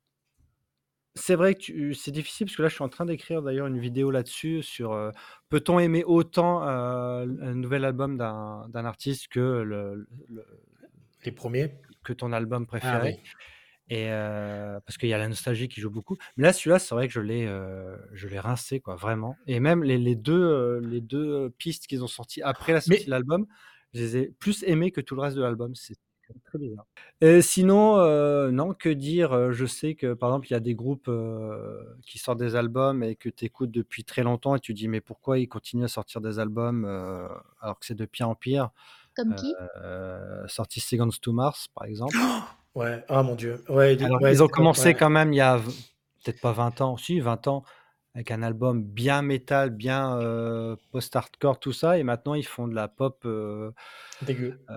S3: c'est vrai que tu- c'est difficile parce que là, je suis en train d'écrire d'ailleurs une vidéo là-dessus sur euh, peut-on aimer autant euh, un nouvel album d'un d'un artiste que le, le-
S1: Les premiers.
S3: que ton album
S1: Ah
S3: préféré
S1: oui.
S3: et euh, parce qu'il y a la nostalgie qui joue beaucoup. Mais là, celui-là, c'est vrai que je l'ai, euh, je l'ai rincé quoi, vraiment. Et même les, les deux, euh, les deux pistes qu'ils ont sorties après la sortie de
S1: Mais
S3: l'album, je les ai plus aimées que tout le reste de l'album. C'est très bizarre. Et sinon, euh, non, que dire euh, Je sais que par exemple, il y a des groupes euh, qui sortent des albums et que tu écoutes depuis très longtemps et tu dis mais pourquoi ils continuent à sortir des albums euh, alors que c'est de pire en pire
S2: Comme
S3: euh,
S2: qui
S3: euh, Sorti Seconds to Mars, par exemple.
S1: ouais, oh mon dieu. Ouais, il est-
S3: Alors,
S1: ouais,
S3: ils ont
S1: c'est top.
S3: commencé
S1: Ouais.
S3: quand même il y a v- peut-être pas 20 ans, si, 20 ans, avec un album bien métal, bien euh, post-hardcore, tout ça, et maintenant ils font de la pop, euh,
S1: Dégueu.
S3: euh,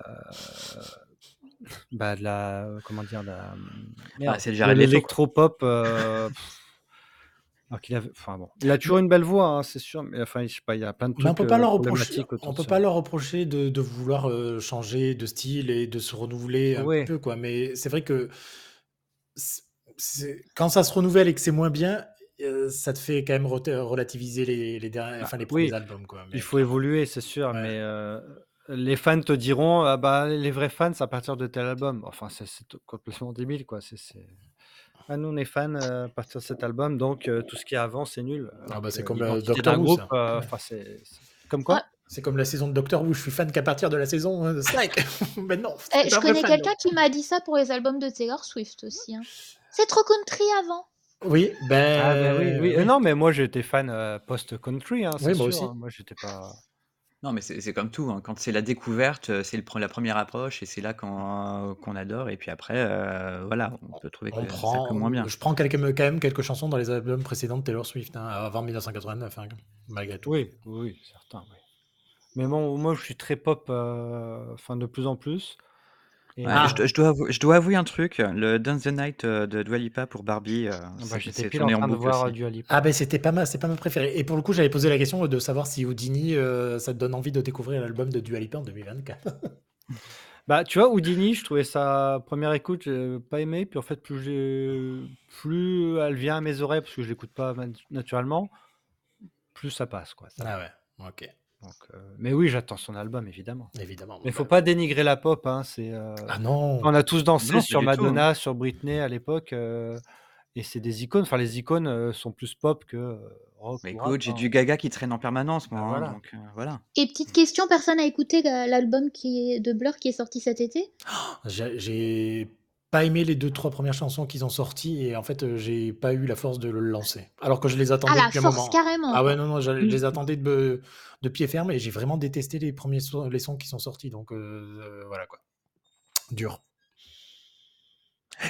S3: bah, de la, comment dire, de la,
S4: bah,
S3: merde,
S4: c'est le
S3: de
S4: Jared Leto, quoi.
S3: l'électro-pop. euh, pff, alors qu'il avait, enfin bon, il a toujours une belle voix, hein, c'est sûr, mais enfin, je sais pas, il y a plein de
S1: Mais on
S3: trucs
S1: peut pas
S3: euh,
S1: leur reprocher,
S3: problématiques autour
S1: on
S3: de
S1: peut
S3: ça.
S1: pas leur reprocher de, de vouloir euh, changer de style et de se renouveler un petit
S3: Oui,
S1: peu, quoi. Mais c'est vrai que c'est- c'est- quand ça se renouvelle et que c'est moins bien, euh, ça te fait quand même rete- relativiser les, les derniers,
S3: bah,
S1: enfin les premiers
S3: oui,
S1: albums, quoi.
S3: il
S1: Mais
S3: faut
S1: clairement,
S3: évoluer, c'est sûr,
S1: ouais.
S3: mais euh, les fans te diront, ah bah, les vrais fans, c'est à partir de tel album. Enfin, c'est c'est tout- complètement débile, quoi. C'est, c'est- Ah, nous, on est fans euh, à partir de cet album, donc euh, tout ce qui est avant, c'est nul.
S1: Ah
S3: Alors
S1: bah
S3: que
S1: c'est comme euh,
S3: l'identité
S1: Doctor
S3: d'un
S1: Who,
S3: groupe,
S1: ça.
S3: euh,
S1: Ouais.
S3: enfin, c'est, c'est- Comme
S2: Oh,
S3: quoi
S1: C'est comme la saison de Doctor Who. Je suis fan qu'à partir de la saison euh, 5. Mais non,
S2: eh,
S1: c'est
S2: je
S1: un vrai
S2: connais
S1: fan.
S2: quelqu'un qui m'a dit ça pour les albums de Taylor Swift aussi. hein. C'est trop country avant.
S1: Oui,
S3: Ah, ben oui,
S1: ben
S3: oui. Euh,
S1: oui,
S3: non, mais moi, j'étais fan euh, post-country, hein, c'est
S1: oui, moi
S3: sûr. hein.
S1: aussi.
S3: Moi, j'étais pas.
S4: Non, mais c'est c'est comme tout. hein. Quand c'est la découverte, euh, c'est le pre- la première approche et c'est là qu'on euh, qu'on adore. Et puis après, euh, voilà, on peut trouver
S1: On
S4: que ça que
S1: prend,
S4: moins bien.
S1: je prends quelques- quand même quelques chansons dans les albums précédents de Taylor Swift, hein, avant 1989, hein, malgré tout.
S3: Oui, oui, certain, oui. Mais bon, moi, je suis très pop, euh, enfin, de plus en plus. Et,
S4: Ouais,
S3: ah,
S4: je, dois- je dois avou- je dois avouer un truc, le Dance the Night euh, de Dua Lipa pour Barbie, euh,
S3: bah,
S4: c'est-
S3: J'étais
S4: c'est
S3: pile en
S4: tourné en
S3: train de
S4: boucle
S3: voir euh,
S4: aussi.
S3: Dua Lipa.
S1: Ah ben c'était pas ma, c'est pas ma préférée. Et pour le coup, j'avais posé la question de savoir si Houdini, euh, ça te donne envie de découvrir l'album de Dua Lipa en 2024.
S3: Bah, tu vois, Houdini, je trouvais sa première écoute, j'ai pas aimé. Puis en fait, plus, j'ai- plus elle vient à mes oreilles, parce que je l'écoute pas nat- naturellement, plus ça passe. Quoi, ça.
S1: Ah ouais, ok,
S3: Donc, euh, Mais oui, j'attends son album, évidemment.
S1: évidemment.
S3: Mais faut pas dénigrer la pop. Hein, c'est, euh,
S1: Ah non,
S3: On a tous dansé
S4: Non, pas
S3: sur
S4: du tout, hein.
S3: Madonna, sur Britney à l'époque. euh, Et c'est des icônes. Enfin, les icônes euh, sont plus pop que euh, rock
S4: Mais
S3: ou rap.
S4: écoute, j'ai
S3: hein.
S4: du gaga qui traîne en permanence, moi,
S3: Bah,
S4: hein,
S3: voilà.
S4: donc euh, voilà.
S2: Et petite question, personne n'a écouté la- l'album qui est de Blur qui est sorti cet été
S1: j'ai j'ai pas aimé les deux trois premières chansons qu'ils ont sorties et en fait euh, j'ai pas eu la force de le lancer. Alors que je les
S2: Ah
S1: attendais
S2: la
S1: depuis un
S2: force
S1: moment.
S2: carrément.
S3: Hein.
S1: Ah ouais non non, je je
S3: Mmh.
S2: Mm.
S1: les attendais de, de pied ferme et j'ai vraiment détesté les premiers sons, les sons qui sont sortis. Donc euh, euh, voilà quoi, dur.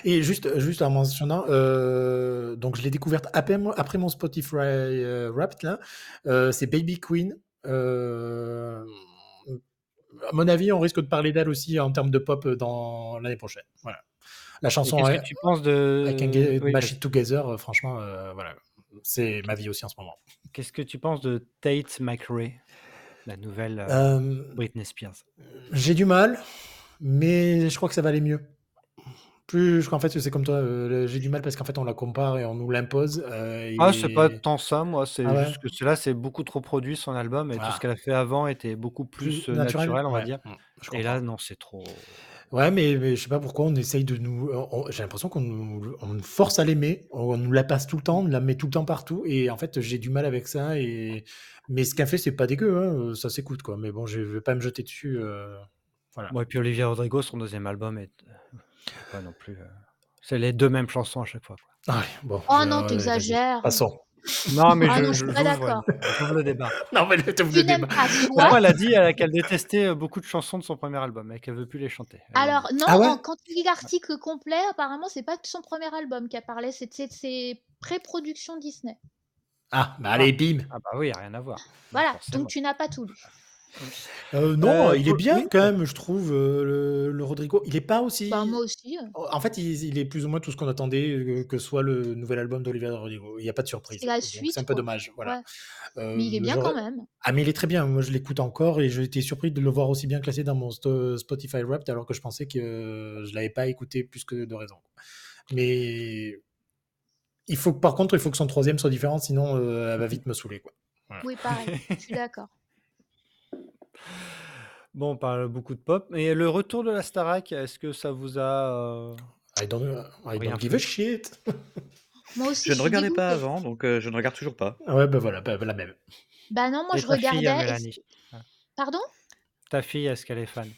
S1: Et juste, juste en mentionnant, euh, donc je l'ai découverte après, mon- après mon Spotify euh, Wrapped, là, euh, c'est Baby Queen. Euh, à mon avis, on risque de parler d'elle aussi en termes de pop euh, dans l'année prochaine. Voilà. La
S3: Et
S1: chanson
S3: qu'est-ce
S1: I,
S3: que tu penses de.
S1: I Can Get
S3: oui,
S1: My
S3: vas-y.
S1: Shit Together, euh, franchement, euh, voilà, c'est ma vie aussi en ce moment.
S3: Qu'est-ce que tu penses de Tate McRae, la nouvelle euh,
S1: Euh,
S3: Britney Spears
S1: J'ai du mal, mais je crois que ça va aller mieux. Plus, je crois en fait, c'est comme toi, euh, le- j'ai du mal parce qu'en fait, on la compare et on nous l'impose. euh,
S3: Ah, c'est pas
S1: et...
S3: tant ça, moi. C'est
S1: Ah ouais
S3: juste que cela, c'est beaucoup trop produit son album et tout ce
S1: Ah.
S3: qu'elle a fait avant était beaucoup
S1: plus
S3: plus euh,
S1: naturel
S3: naturel, on va
S1: ouais
S3: dire.
S1: mm, je
S3: Et là,
S1: comprends
S3: non, c'est trop.
S1: ouais mais, mais je sais pas pourquoi on essaye de nous on- on- j'ai l'impression qu'on nous, on nous force à l'aimer on nous la passe tout le temps on nous la met tout le temps partout et en fait j'ai du mal avec ça et mais ce qu'elle fait c'est pas dégueu hein, euh, ça s'écoute quoi mais bon je vais pas me jeter dessus euh, voilà
S3: Bon, et puis Olivia Rodrigo, son deuxième album, est... c'est pas non plus. euh, C'est les deux mêmes chansons à chaque fois. quoi.
S1: Ah, Allez, bon
S2: Oh
S1: je-
S2: non,
S1: Euh, ouais,
S2: t'exagères.
S1: vas-y, passons
S3: Non, mais
S2: Ah
S3: je,
S2: non, je
S3: je-
S2: suis pas
S3: j'ouvre,
S2: d'accord.
S3: une- j'ouvre le débat.
S1: non mais le
S2: Tu
S1: le débat Ah
S2: n'aimes pas
S3: La
S2: soit.
S3: fois, elle a dit euh, qu'elle détestait euh, beaucoup de chansons de son premier album et qu'elle veut plus les chanter. Elle l'a dit.
S2: Alors non,
S1: ah ouais
S2: en- quand tu lis l'article complet, apparemment c'est pas de son premier album qu'elle parlait, c'était de ses pré-productions Disney.
S1: ah bah
S3: Ah.
S1: allez bim
S3: Ah bah oui, rien à voir.
S2: Voilà,
S3: Forcément.
S2: donc tu n'as pas tout lu.
S1: Euh, non
S3: Euh,
S1: il est
S3: pour-
S1: bien
S3: oui.
S1: quand même je trouve euh, le, le Rodrigo il est pas aussi
S2: Bah moi aussi, euh,
S1: en fait, il, il est plus ou moins tout ce qu'on attendait euh, que soit le nouvel album d'Olivier Rodrigo. Il n'y a pas de
S2: c'est
S1: surprise.
S2: la
S1: Donc c'est un
S2: suite
S1: peu
S2: quoi.
S1: dommage. Voilà.
S2: Ouais.
S1: Euh,
S2: Mais il est bien
S1: j'aurais-
S2: quand même.
S1: ah, mais il est très bien. Moi, je l'écoute encore et j'ai été surpris de le voir aussi bien classé dans mon sto- Spotify Wrapped alors que je pensais que euh, je l'avais pas écouté plus que de raison. Mais il faut, que- par contre, il faut que son troisième soit différent, sinon euh,
S2: Mm-hmm.
S1: elle va vite me saouler. Quoi. Voilà.
S2: Oui, pareil, je suis d'accord.
S3: Bon, on parle beaucoup de pop. Et le retour de la Starac, est-ce que ça vous a. euh,
S1: I don't, I
S3: Rien
S1: don't give a
S3: plus.
S1: shit.
S2: Moi aussi, je
S4: Je ne
S2: suis
S4: regardais pas
S2: dégoûtée.
S4: avant, donc euh, je ne regarde toujours pas.
S1: Ah ouais, ben voilà, ben, la même.
S2: Bah non, moi
S3: Et
S2: je
S3: ta fille, euh,
S2: regardais. et c-
S3: Mélanie
S2: Pardon
S3: Ta fille, est-ce qu'elle est fan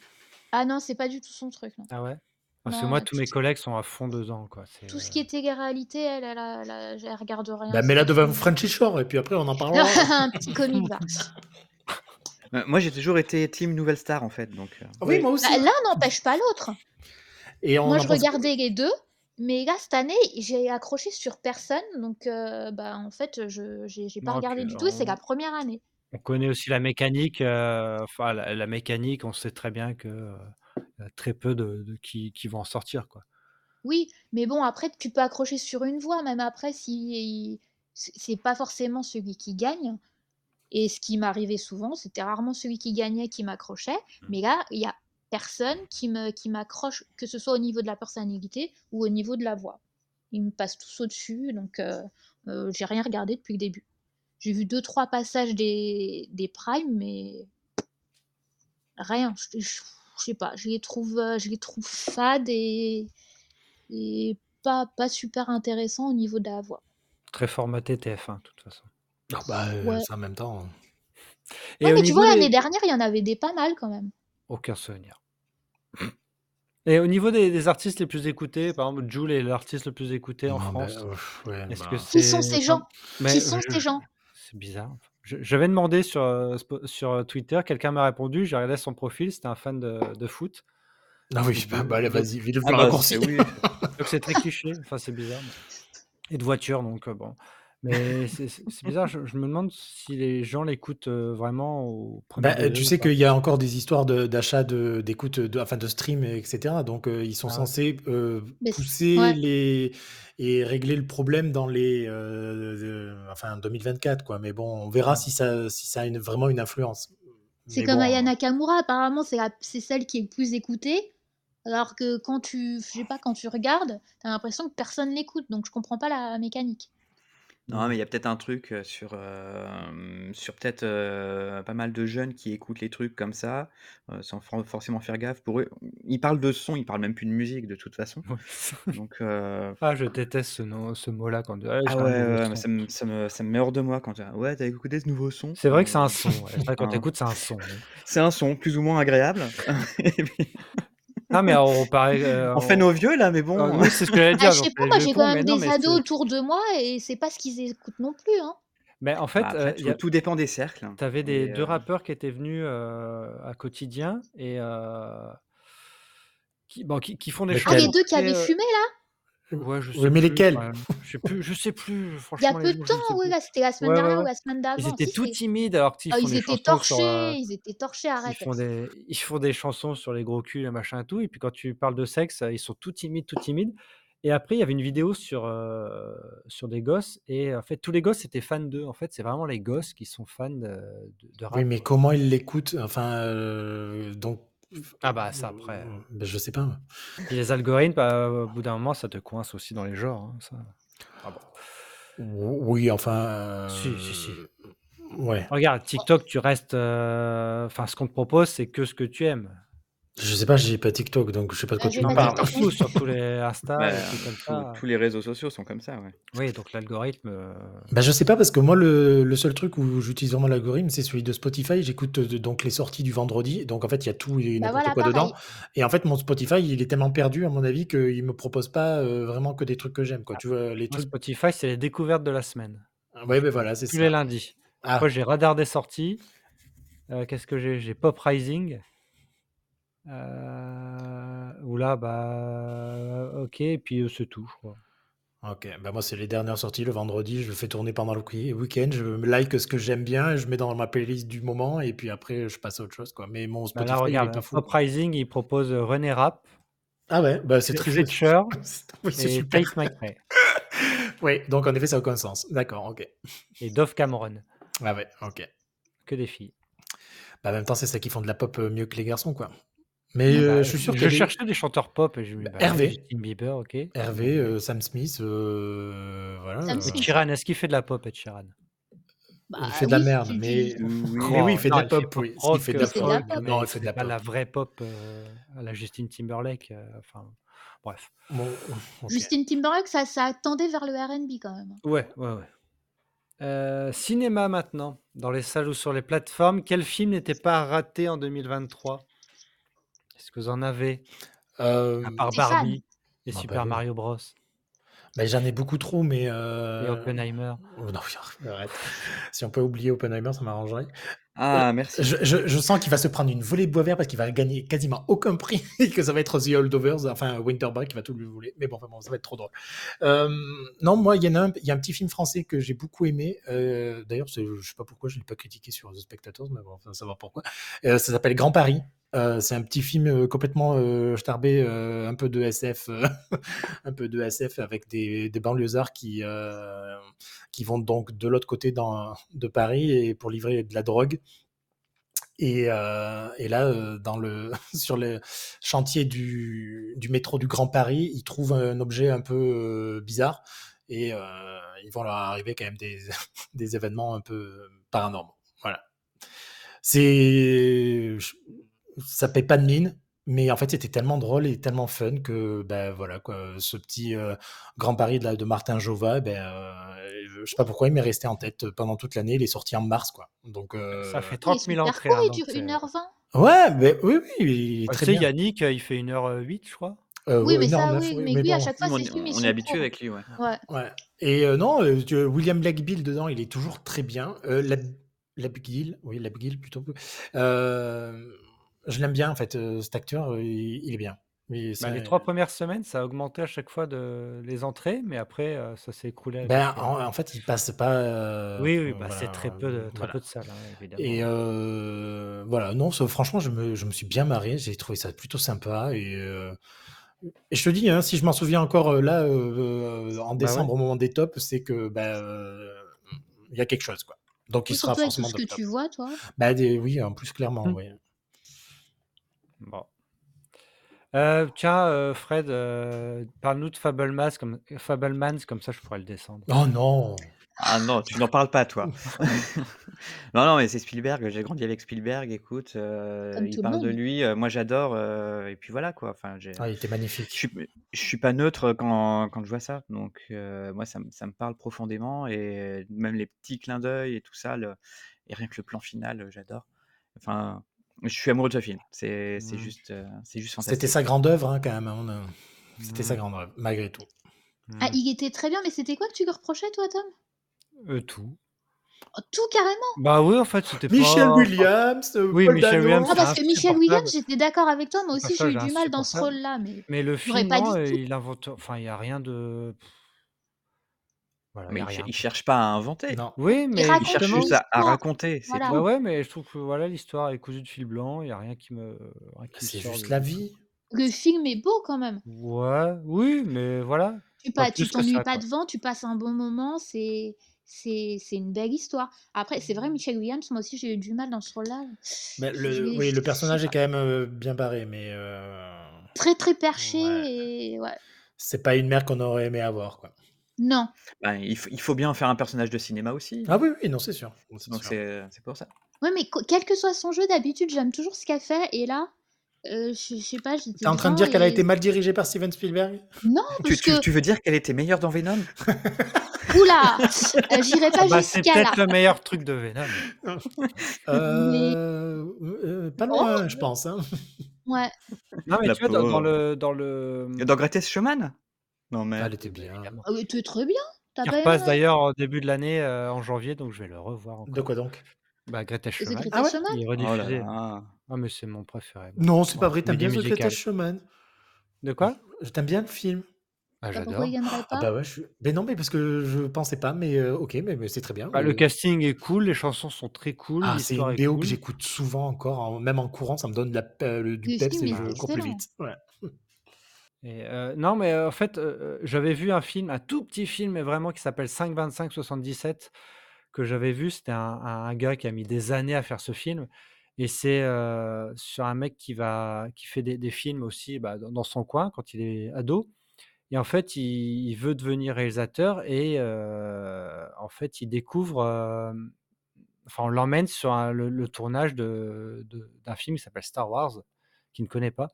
S2: Ah non, c'est pas du tout son truc. Non.
S3: Ah ouais Parce que
S2: Non,
S3: moi,
S2: euh, tout,
S3: tous mes
S2: ce qui,
S3: collègues sont à fond dedans, quoi. C'est,
S2: tout ce
S3: euh,
S2: qui était réalité, elle, elle, a- elle, a- elle regarde rien.
S1: Ben, mets-la
S2: Ah, c'est-
S1: devant Frenchy Shore et puis après, on en parlera. Ah
S2: Un petit comic va. Bah,
S4: Euh, moi, j'ai toujours été team nouvelle star en fait, donc euh,
S1: oui,
S3: Oui.
S1: moi aussi.
S2: Bah, L'un n'empêche pas l'autre.
S1: Et on
S2: Moi,
S1: en
S2: je
S1: pense-
S2: regardais les deux, mais là, cette année, j'ai accroché sur personne. Donc, euh, bah, en fait, je j'ai j'ai pas
S3: non,
S2: regardé
S3: puis,
S2: du tout et c'est la
S3: on...
S2: première année.
S3: on connaît aussi la mécanique. euh, Enfin, la, la mécanique, on sait très bien que euh, y a très peu de, de qui, qui vont en sortir, quoi.
S2: Oui, mais bon, après, tu peux accrocher sur une voix, même après, si c'est c'est pas forcément celui qui gagne. Et ce qui m'arrivait souvent, c'était rarement celui qui gagnait qui m'accrochait. Mais là, il y a personne qui me qui m'accroche, que ce soit au niveau de la personnalité ou au niveau de la voix. Ils me passent tous au-dessus, donc euh, euh, j'ai rien regardé depuis le début. J'ai vu deux, trois passages des, des primes, mais rien. Je, je- je sais pas, je les trouve, euh, je les trouve fades et, et pas, pas super intéressants au niveau de la voix.
S3: Très formaté TF1, de toute façon.
S1: Ah bah, euh,
S2: Ouais.
S1: c'est en même temps.
S3: Et
S2: Ouais,
S3: au
S2: mais tu
S3: niveau
S2: vois, l'année
S3: des.
S2: dernière, il y en avait des pas mal quand même.
S3: Aucun souvenir. Et au niveau des, des artistes les plus écoutés, par exemple, Jules est l'artiste le plus écouté en
S1: Non, bah,
S2: ben,
S3: France.
S1: ouf, ouais,
S3: Est-ce
S1: bah.
S3: que
S2: Qui sont
S3: c'est.
S2: ces
S3: enfin,
S2: gens
S3: mais
S2: Qui sont
S3: je-
S2: ces gens
S3: C'est bizarre. Je- J'avais demandé sur, euh, Spo- sur euh, Twitter, quelqu'un m'a répondu, j'ai regardé son profil, c'était un fan de, de foot.
S1: Ah
S3: Et
S1: oui, bah,
S3: de-
S1: bah, allez,
S3: de-
S1: vas-y, vite le
S4: ah bah c'est
S1: raccourci.
S4: oui.
S3: donc c'est très cliché, enfin c'est bizarre. mais- Et de voiture, donc euh, bon. Mais c'est c'est- c'est bizarre, je, je me demande si les gens l'écoutent euh, vraiment au premier
S1: Bah, euh,
S3: degré
S1: tu
S3: ou
S1: sais
S3: pas.
S1: qu'il y a encore des histoires de- d'achat de- d'écoute, de, enfin de stream, etc. Donc euh, ils sont
S3: Ah ouais.
S1: censés euh,
S2: Mais c-
S1: pousser
S2: ouais.
S1: les et régler le problème dans les, euh, euh, enfin 2024 quoi. Mais bon, on verra
S3: Ouais.
S1: si ça, si ça a une- vraiment une influence.
S2: C'est
S1: Mais
S2: comme Aya
S1: bon,
S2: Nakamura, apparemment, c'est la- c'est celle qui est le plus écoutée. Alors que quand tu, je sais pas, quand tu regardes, t'as l'impression que personne l'écoute, donc je comprends pas la mécanique.
S4: Non,
S3: Hmm.
S4: mais il y a peut-être un truc euh, sur, euh, sur peut-être euh, pas mal de jeunes qui écoutent les trucs comme ça, euh, sans for- forcément faire gaffe. Pour eux, ils parlent de son, ils parlent même plus de musique de toute façon.
S3: Ouais.
S4: Donc, euh,
S3: Ah, je déteste ce, nom- ce mot-là quand on dit, Ouais,
S4: ah
S3: j'ai
S4: ouais,
S3: un nouveau
S4: ouais, mais
S3: son.
S4: ça me, ça me, ça me met hors de moi quand tu ouais, t'as écouté ce nouveau son
S3: C'est vrai que c'est un
S4: Euh,
S3: son. ouais. C'est vrai, quand tu
S4: enfin,
S3: écoutes, c'est un son. oui.
S4: C'est un son plus ou moins agréable. Et puis,
S3: Non, mais alors, on paraît. euh,
S4: on fait
S3: on-
S4: nos vieux là, mais
S3: euh,
S4: bon. hein.
S3: oui, c'est ce que j'allais
S2: Ah,
S3: dire.
S2: je
S3: Genre,
S2: sais
S3: t'as
S2: pas,
S3: les
S2: moi
S3: vieux
S2: j'ai quand
S3: cons, mais
S2: même
S3: non,
S2: des
S3: mais
S2: ados
S3: c'est.
S2: autour de moi et c'est pas ce qu'ils écoutent non plus. Hein.
S3: Mais en
S4: Bah,
S3: fait,
S4: après,
S3: euh, il y
S4: tout,
S3: a.
S4: tout dépend des cercles.
S3: Tu avais des
S4: Et,
S3: deux
S4: euh,
S3: rappeurs qui étaient venus euh, à quotidien et euh, qui, bon, qui, qui font des
S2: Ah, les
S1: lequel
S3: chansons
S2: deux qui
S3: très.
S2: avaient
S3: euh,
S2: fumé là,
S3: ouais, je
S1: Oui,
S3: sais
S1: mais
S3: plus.
S1: lesquels
S3: enfin, je sais plus. Je sais plus.
S2: il y a
S3: Franchement,
S2: peu
S3: les
S2: de
S3: noms, je ne sais
S2: temps, ouais,
S3: plus.
S2: là, c'était la semaine
S3: Ouais, ouais,
S2: dernière ou
S3: ouais.
S2: la semaine
S3: Ils
S2: d'avant.
S3: étaient
S2: Si,
S3: tout
S2: c'est.
S3: timides alors qu'ils
S2: Ah,
S3: font
S2: ils
S3: des
S2: étaient
S3: chansons sur. euh,
S2: torchés, ils étaient torchés,
S3: ils
S2: arrête. Bah
S3: font des ils font des chansons sur les gros culs, les machins et tout. Et puis quand tu parles de sexe, euh, ils sont tout timides, tout timides. Et après, il y avait une vidéo sur, euh, sur des gosses. Et en fait, tous les gosses étaient fans d'eux. En fait, c'est vraiment les gosses qui sont fans de, de-
S1: Oui,
S3: de rap.
S1: mais
S3: quoi.
S1: comment ils l'écoutent Enfin, euh, donc euh,
S3: Ah bah ça, après. euh.
S1: ben, je sais pas.
S3: Puis les algorithmes, bah, au bout d'un moment, ça te coince aussi dans les genres. hein, ça. Ah bon.
S1: Oui, enfin,
S3: Si, si, si.
S1: euh, ouais.
S3: Regarde, TikTok, tu restes... euh, Enfin, ce qu'on te propose, c'est que ce que tu aimes.
S1: Je sais pas, j'ai pas TikTok, donc je sais pas de
S2: Bah,
S1: quoi
S2: j'ai
S1: tu
S3: Non,
S2: pas
S3: mais
S1: parles.
S2: TikTok non
S3: partout, sur tous les Insta, les
S4: bah,
S3: trucs comme
S4: tous
S3: ça.
S4: tous les réseaux sociaux sont comme ça, ouais.
S3: Oui, donc l'algorithme... euh,
S1: Bah, je sais pas parce que moi le, le seul truc où j'utilise vraiment l'algorithme c'est celui de Spotify. J'écoute euh, donc les sorties du vendredi, donc en fait il y a tout et
S2: Bah
S1: n'importe
S2: voilà,
S1: quoi dedans.
S2: pareil.
S1: Et en fait mon Spotify il est tellement perdu à mon avis qu'il me propose pas euh, vraiment que des trucs que j'aime quoi.
S3: Ah,
S1: Tu vois les
S3: Moi,
S1: trucs.
S3: Spotify, c'est les découvertes de la semaine.
S1: Ah,
S3: Donc,
S1: Ouais ben
S3: je prends
S1: voilà c'est
S3: tous les
S1: ça.
S3: lundis. Donc, moi,
S1: Ah
S3: j'ai Radar des sorties. Euh, Qu'est-ce que j'ai J'ai Pop Rising. Euh... Ou là, bah. Ok, et puis euh, c'est tout, je crois.
S1: ok. Bah moi c'est les dernières sorties le vendredi. Je le fais tourner pendant le week- week-end. Je me like ce que j'aime bien et je mets dans ma playlist du moment et puis après je passe à autre chose quoi. Mais mon
S3: Bah là,
S1: Spotify il est
S3: regarde,
S1: pas
S3: hein,
S1: fou
S3: Pop
S1: quoi.
S3: Rising, il propose euh, René Rap,
S1: Ah ouais bah c'est
S3: Fle-
S1: très juste.
S3: Fletcher
S1: oui c'est
S3: et
S1: super.
S3: Tate McRae
S1: Oui donc en effet ça a aucun sens. D'accord ok.
S3: et Dove Cameron.
S1: Ah ouais ok.
S3: Que des filles.
S1: Bah, en même temps, c'est ça qui font de la pop euh, mieux que les garçons, quoi. Mais
S3: Ah bah,
S1: euh, je suis
S3: je,
S1: sûr
S3: je
S1: qu'il y a des.
S3: cherchais des chanteurs pop et je me dis,
S1: bah,
S3: bah ouais,
S1: Hervé,
S3: Justin Bieber, ok. Bon,
S1: Hervé,
S3: mais.
S1: euh, Sam Smith, euh, voilà.
S2: Sam
S1: euh,
S3: Ed
S2: Smith,
S3: Sheeran, est-ce qu'il fait de la pop, Ed Sheeran
S1: il
S2: bah
S1: fait de la
S2: oui,
S1: merde,
S2: c'est
S1: mais,
S2: du.
S1: mais oui,
S4: Oui.
S1: il fait
S3: Oh,
S1: de la
S3: non, il fait
S1: pop,
S3: pop
S1: oui. Il fait
S3: rock,
S1: de
S3: euh,
S1: la pop.
S2: Il fait de la
S3: folk,
S2: pop.
S1: Non,
S3: mais
S1: il fait de
S3: c'est
S1: la
S3: pas la
S1: pop.
S3: vraie pop euh, à la Justin Timberlake. euh, enfin, bref.
S1: Bon, ok.
S2: Justin Timberlake, ça, ça tendait vers le RB quand même. hein.
S3: Ouais, ouais, ouais. Euh, cinéma maintenant, dans les salles ou sur les plateformes, quel film n'était pas raté en 2023 Est-ce que vous en avez À
S1: Euh,
S3: part
S2: Stéphane,
S3: Barbie et
S1: ah bah
S3: Super
S1: oui.
S3: Mario Bros.
S1: Bah, j'en ai beaucoup trop, mais.
S3: et
S1: euh,
S3: Oppenheimer.
S1: oh, non, arrête. Si on peut oublier Oppenheimer, ça m'arrangerait. Euh,
S4: Ah, merci.
S1: Je, je- je sens qu'il va se prendre une volée de bois vert parce qu'il va gagner quasiment aucun prix et que ça va être The Holdovers, enfin Winterberg qui va tout lui voler. Mais bon, enfin bon, ça va être trop drôle. Euh, non, moi, il y en a un, il y a un petit film français que j'ai beaucoup aimé. euh, D'ailleurs, c'est- je sais pas pourquoi je l'ai pas critiqué sur The Spectators, mais bon, enfin, savoir pourquoi. Euh, ça s'appelle Grand Paris. Euh, c'est un petit film euh, complètement euh, starbé, euh, un peu de SF, euh, un peu de SF avec des, des banlieusards qui euh, qui vont donc de l'autre côté dans, de Paris et pour livrer de la drogue. Et, euh, et là, euh, dans le, sur le chantier du, du métro du Grand Paris, ils trouvent un objet un peu euh, bizarre et euh, ils vont leur arriver quand même des, des événements un peu paranormaux. Voilà. C'est, je- ça paie pas de mine, mais en fait, c'était tellement drôle et tellement fun que, ben voilà, quoi, ce petit euh, Grand Paris de, la- de Martin Jova, ben, euh, je sais pas pourquoi, il m'est resté en tête pendant toute l'année. Il est sorti en mars, quoi. Donc,
S3: Ça
S1: euh,
S3: fait
S2: il est
S3: 30 000
S2: super
S3: entrées,
S2: court,
S3: hein,
S2: il
S3: donc
S2: dure
S3: c'est.
S2: 1h20.
S1: Ouais, mais oui, oui, il est
S3: Bah,
S1: très
S3: tu sais,
S1: bien.
S3: Yannick, euh, il fait 1h08, je crois.
S1: Euh,
S2: Oui,
S1: ouais,
S2: mais
S1: une heure
S2: ça,
S1: neuf,
S2: oui,
S1: oui,
S2: mais
S1: mais
S2: lui, à
S1: bon.
S2: chaque
S4: Nous,
S2: fois,
S4: on,
S2: ses films, ils
S4: on est
S2: sont
S4: habitué
S2: courts. hein.
S4: avec euh, lui, ouais.
S2: Ouais.
S1: Ouais. Et euh, non, euh, tu- William Blackbill dedans, il est toujours très bien. Euh, Lab- Labguil, oui, Labguil plutôt. Euh, je l'aime bien en fait, euh, cet acteur, euh, il, il est bien. Mais
S3: Bah,
S1: ça,
S3: les
S1: euh,
S3: trois premières semaines, ça a augmenté à chaque fois de... les entrées, mais après, euh, ça s'est écroulé à chaque
S1: ben,
S3: fois.
S1: en, en fait, il passe pas. euh,
S3: Oui, oui,
S1: on-
S3: bah, c'est
S1: voilà,
S3: très peu de, très
S1: voilà.
S3: peu de salles, hein, évidemment.
S1: Et euh, voilà, non, ça, franchement, je me, je me suis bien marré. J'ai trouvé ça plutôt sympa. Et, euh, et je te dis, hein, si je m'en souviens encore euh, là, euh, en
S3: Bah ouais.
S1: décembre, au moment des tops, c'est que bah, euh, il y a quelque chose, quoi. Donc, il
S2: Oui,
S1: sera
S2: surtout avec tout
S1: forcément
S2: ce
S1: dans
S2: que
S1: le
S2: tu
S1: top.
S2: vois, toi. hein,
S1: Bah, des- oui, en plus, clairement,
S3: Hmm.
S1: oui.
S3: Bon. Euh, tiens, euh, Fred, euh, parle-nous de Fablemans comme... Fablemans, comme ça je pourrais le descendre.
S1: Oh non!
S4: Ah non, tu n'en parles pas, toi. non, non, mais c'est Spielberg. J'ai grandi avec Spielberg. Écoute, euh,
S2: Comme
S4: il
S2: tout le
S4: parle de
S2: monde.
S4: lui. euh, moi, j'adore. euh, et puis voilà, quoi. Enfin, j'ai.
S1: Ah, il était
S4: je
S1: magnifique.
S4: suis, je suis pas neutre quand, quand je vois ça. Donc, euh, moi, ça, me ça me parle profondément. Et même les petits clins d'œil et tout ça. le- et rien que le plan final, euh, j'adore. Enfin, je suis amoureux de ce film. C'est
S2: Mmh.
S4: c'est
S3: Hmm,
S4: juste, euh, c'est juste
S1: C'était
S4: fantastique.
S1: sa grande œuvre, hein, quand même. hein, on a- C'était sa
S3: hmm,
S1: grande œuvre, malgré tout.
S2: Ah,
S3: hmm.
S2: il était très bien, mais c'était quoi que tu lui reprochais, toi, Tom
S3: Euh, tout.
S2: Oh, Tout carrément.
S3: Bah oui, en fait, c'était
S1: Michel
S3: pas. enfin,
S1: Williams, euh,
S3: Oui,
S1: Paul
S3: Michel Williams,
S1: Dano.
S2: Ah,
S3: c'est
S2: parce que Michel Williams,
S3: insupportable.
S2: j'étais d'accord avec toi. Moi
S3: Son
S2: aussi, j'ai
S3: personnage
S2: eu
S3: est
S2: du mal dans ce
S3: insupportable.
S2: rôle-là, mais
S3: Mais le
S2: j'aurais
S3: film,
S2: pas
S3: non,
S2: dit
S3: euh,
S2: tout.
S3: il invente. Enfin, il n'y a rien de. Voilà, il n'y
S4: Mais
S3: a
S4: il, ch-
S3: rien.
S4: il cherche pas à inventer.
S1: Non.
S3: Oui,
S2: Il
S3: mais
S4: Il
S2: raconte
S4: cherche
S2: une
S4: juste
S3: justement.
S4: à, à
S2: histoire.
S4: raconter. C'est
S2: Voilà.
S3: Bah
S4: tout.
S3: ouais, mais je trouve que voilà, l'histoire est cousue de fil blanc. Il n'y a rien qui me, rien qui me
S1: C'est
S3: sort
S1: juste
S3: de.
S1: la vie.
S2: Le film est beau quand même.
S3: Ouais, oui, mais voilà.
S2: Tu
S3: Pas
S2: pas, tu
S3: plus que
S2: t'ennuies
S3: ça,
S2: pas
S3: quoi.
S2: devant, tu passes un bon moment, c'est c'est c'est une belle histoire. Après, c'est
S1: Hmm.
S2: vrai, Michel Williams, moi aussi j'ai eu du mal dans ce rôle-là.
S1: Mais
S2: Je, je
S1: le,
S2: l'ai-
S1: oui,
S2: je-
S1: le
S2: je sais
S1: personnage est
S2: pas.
S1: quand même euh, bien barré, mais euh,
S2: Très très perché
S1: ouais,
S2: et ouais.
S1: c'est pas une mère qu'on aurait aimé avoir, quoi.
S2: Non.
S4: Ben, il, f- il faut bien en faire un personnage de cinéma aussi.
S1: Ah oui, oui, non, c'est sûr, non, c'est
S4: Donc,
S1: sûr.
S4: c'est c'est pour ça.
S2: Ouais, mais co- quel que soit son jeu d'habitude, j'aime toujours ce qu'elle fait et là, euh, je, je sais pas, j'étais
S1: T'es en train de
S2: bien
S1: dire qu'elle a été
S2: et
S1: mal dirigée par Steven Spielberg
S2: non
S4: Tu,
S2: parce
S4: tu-
S2: que
S4: tu veux dire qu'elle était meilleure dans Venom
S2: oula, euh, j'irai
S3: Ah
S2: pas
S3: bah, c'est
S2: jusqu'à
S3: peut-être
S2: là.
S3: le meilleur truc de Venom.
S1: Euh,
S2: Mais
S1: euh, Pas
S2: non,
S1: loin, je pense. hein.
S2: ouais.
S3: Non, mais
S4: La
S3: tu vois, dans, dans
S4: pauvre.
S3: le. Dans le... hum,
S4: Dans Greatest Showman Non, mais.
S1: Elle était
S3: Oui, bah,
S1: bien.
S3: évidemment.
S2: Ah oui, t'es très bien. T'as
S3: Qui
S2: pas euh,
S3: repasse
S2: aimé
S3: d'ailleurs au début de l'année, euh, en janvier, donc je vais le revoir
S1: De
S3: encore.
S1: quoi donc
S3: Bah, Greta
S2: The
S3: Schumann.
S1: Ah
S2: Greatest
S1: ouais
S2: Showman
S3: Il est
S4: Oh là
S3: rediffusé.
S4: là.
S3: Ah, mais c'est mon préféré, moi,
S1: Non, c'est
S3: en
S1: pas vrai, t'aimes bien
S3: comédie
S1: The Greatest
S3: musicale.
S1: Showman
S3: De
S1: Je-
S3: quoi
S1: je- T'aimes bien le film
S3: Ah,
S2: Bah, pourquoi
S3: j'adore.
S2: il gagnerait
S1: Ah
S2: pas
S1: bah ouais, je... suis- mais non, mais parce que je pensais pas, mais euh, ok, mais, mais c'est très bien.
S3: Bah, le
S1: euh.
S3: casting est cool, les chansons sont très cool,
S1: Ah, c'est
S3: l'histoire
S1: une
S3: est
S1: BO que
S3: cool.
S1: j'écoute souvent encore, en- même en courant, ça me donne de la, pe- euh, le- du
S2: Le
S1: peps
S2: film
S1: et
S2: est
S1: je
S3: Bah,
S1: cours plus
S2: excellent.
S1: vite. Ouais.
S3: Et, euh, non, mais euh, en fait, euh, euh, j'avais vu un film, un tout petit film, mais vraiment qui s'appelle 525-77, que j'avais vu. C'était un, un- un gars qui a mis des années à faire ce film. Et c'est euh, sur un mec qui, va, qui fait des, des films aussi bah, dans, dans son coin quand il est ado. Et en fait, il, il veut devenir réalisateur et euh, en fait, il découvre. euh, enfin, on l'emmène sur un- le, le tournage de- de- d'un film qui s'appelle Star Wars, qu'il ne connaît pas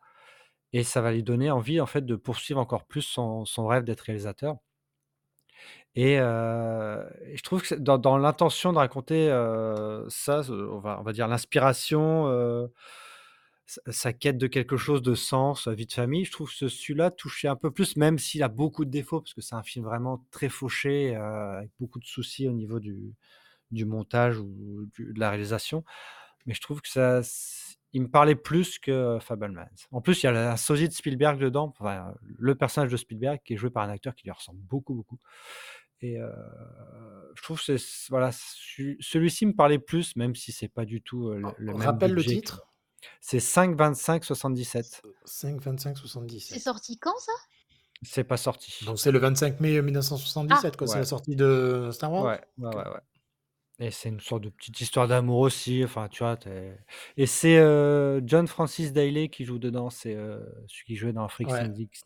S3: et ça va lui donner envie en fait de poursuivre encore plus son, son rêve d'être réalisateur. Et euh, et je trouve que c'est- dans, dans l'intention de raconter euh, ça, ce- on va, on va dire l'inspiration, euh, sa, sa quête de quelque chose, de sens, sa vie de famille, je trouve que ce- celui-là touchait un peu plus, même s'il a beaucoup de défauts, parce que c'est un film vraiment très fauché, euh, avec beaucoup de soucis au niveau du, du montage ou du- de la réalisation mais je trouve que ça s- il me parlait plus que Fablemans. En plus, il y a la- un sosie de Spielberg dedans, enfin, le personnage de Spielberg qui est joué par un acteur qui lui ressemble beaucoup, beaucoup. Et euh, je trouve que c'est- voilà, celui- celui-ci me parlait plus, même si c'est pas du tout euh,
S1: Oh,
S3: le, le même
S1: Rappelle le
S3: budget. que-
S1: titre
S3: C'est 5, 25, 77.
S1: 5, 25,
S2: C'est
S1: 77.
S2: sorti quand ça
S3: C'est pas sorti.
S1: Donc c'est le 25 mai euh,
S2: Ah,
S1: 1977, quoi. C'est la
S3: Ouais,
S1: sortie de Star Wars
S3: ouais, ouais,
S1: Ok.
S3: ouais. ouais. Et c'est une sorte de petite histoire d'amour aussi. Enfin, tu vois, t'es- et c'est euh, John Francis Daly qui joue dedans. C'est euh, celui qui jouait dans Freaks and
S1: Ouais.
S3: Geeks.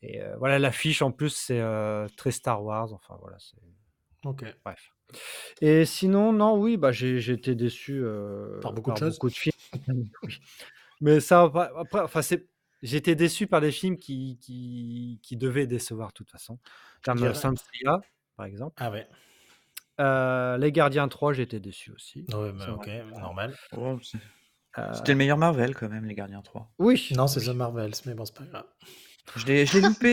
S3: Et euh, voilà, l'affiche en plus, c'est euh, très Star Wars. Enfin, voilà, c'est.
S1: Ok.
S3: Bref. Et sinon, non, oui, bah, j'ai j'ai été déçu
S1: Par
S3: euh,
S1: beaucoup de
S3: par
S1: choses.
S3: beaucoup de films. Oui. Mais ça, après, après, enfin, c'est. J'étais déçu par des films qui, qui, qui devaient décevoir de toute façon,
S1: Je te
S3: comme euh,
S1: dirais.
S3: Saint-Seiya, par exemple.
S1: Ah ouais.
S3: Euh, Les Gardiens 3, j'étais déçu aussi.
S1: Ouais, bah,
S3: Ça m'a-
S1: ok, normal.
S4: Oh, c'est- C'était
S3: Euh,
S4: le meilleur Marvel quand même, les Gardiens 3.
S3: oui,
S1: Non, c'est The
S3: oui.
S1: Marvels, mais bon, c'est pas
S2: Ah.
S1: grave.
S4: Je l'ai je l'ai loupé,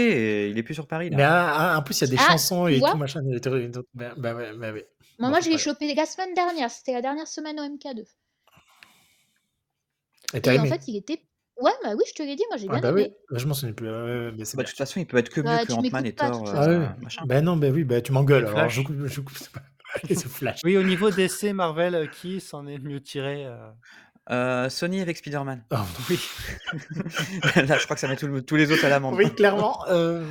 S4: et il est plus sur Paris
S1: Mais
S4: là.
S1: ah, ah, en plus, il y a des
S2: Ah,
S1: chansons
S2: tu
S1: et tout,
S2: vois
S1: machin. et tout, et tout. Bah, bah, ouais, bah oui. Bon,
S2: Moi, moi
S1: c'est
S2: je l'ai
S1: pas grave.
S2: chopé la semaine dernière. C'était la dernière semaine au MK2.
S1: Et t'as
S2: Et en
S1: aimé
S2: fait, il était. Ouais, bah oui, je te l'ai dit, moi j'ai
S1: Ah
S2: bien
S1: bah oui,
S2: aimé.
S1: bah, je m'en souviens plus. Ah ouais, ouais, mais c'est
S4: Bah, de
S1: bien.
S4: toute façon, il peut être que mieux
S2: Bah,
S4: que
S2: tu
S4: Ant-Man
S2: m'écoutes
S4: et
S2: pas, de toute
S4: Thor.
S1: Ah
S2: façon.
S1: ouais.
S4: euh, machin.
S1: Bah non, bah oui, bah tu m'engueules.
S3: Et
S1: Alors je
S3: Flash.
S1: coupe, je coupe. c'est pas- Et ce flash.
S3: Oui, au niveau d'essai Marvel, euh, qui s'en est le mieux tiré euh,
S4: Euh, Sony avec Spider-Man.
S1: Ah,
S4: Oui. Là, je crois que ça met tout le- tous les autres à l'amende.
S1: oui, clairement. euh,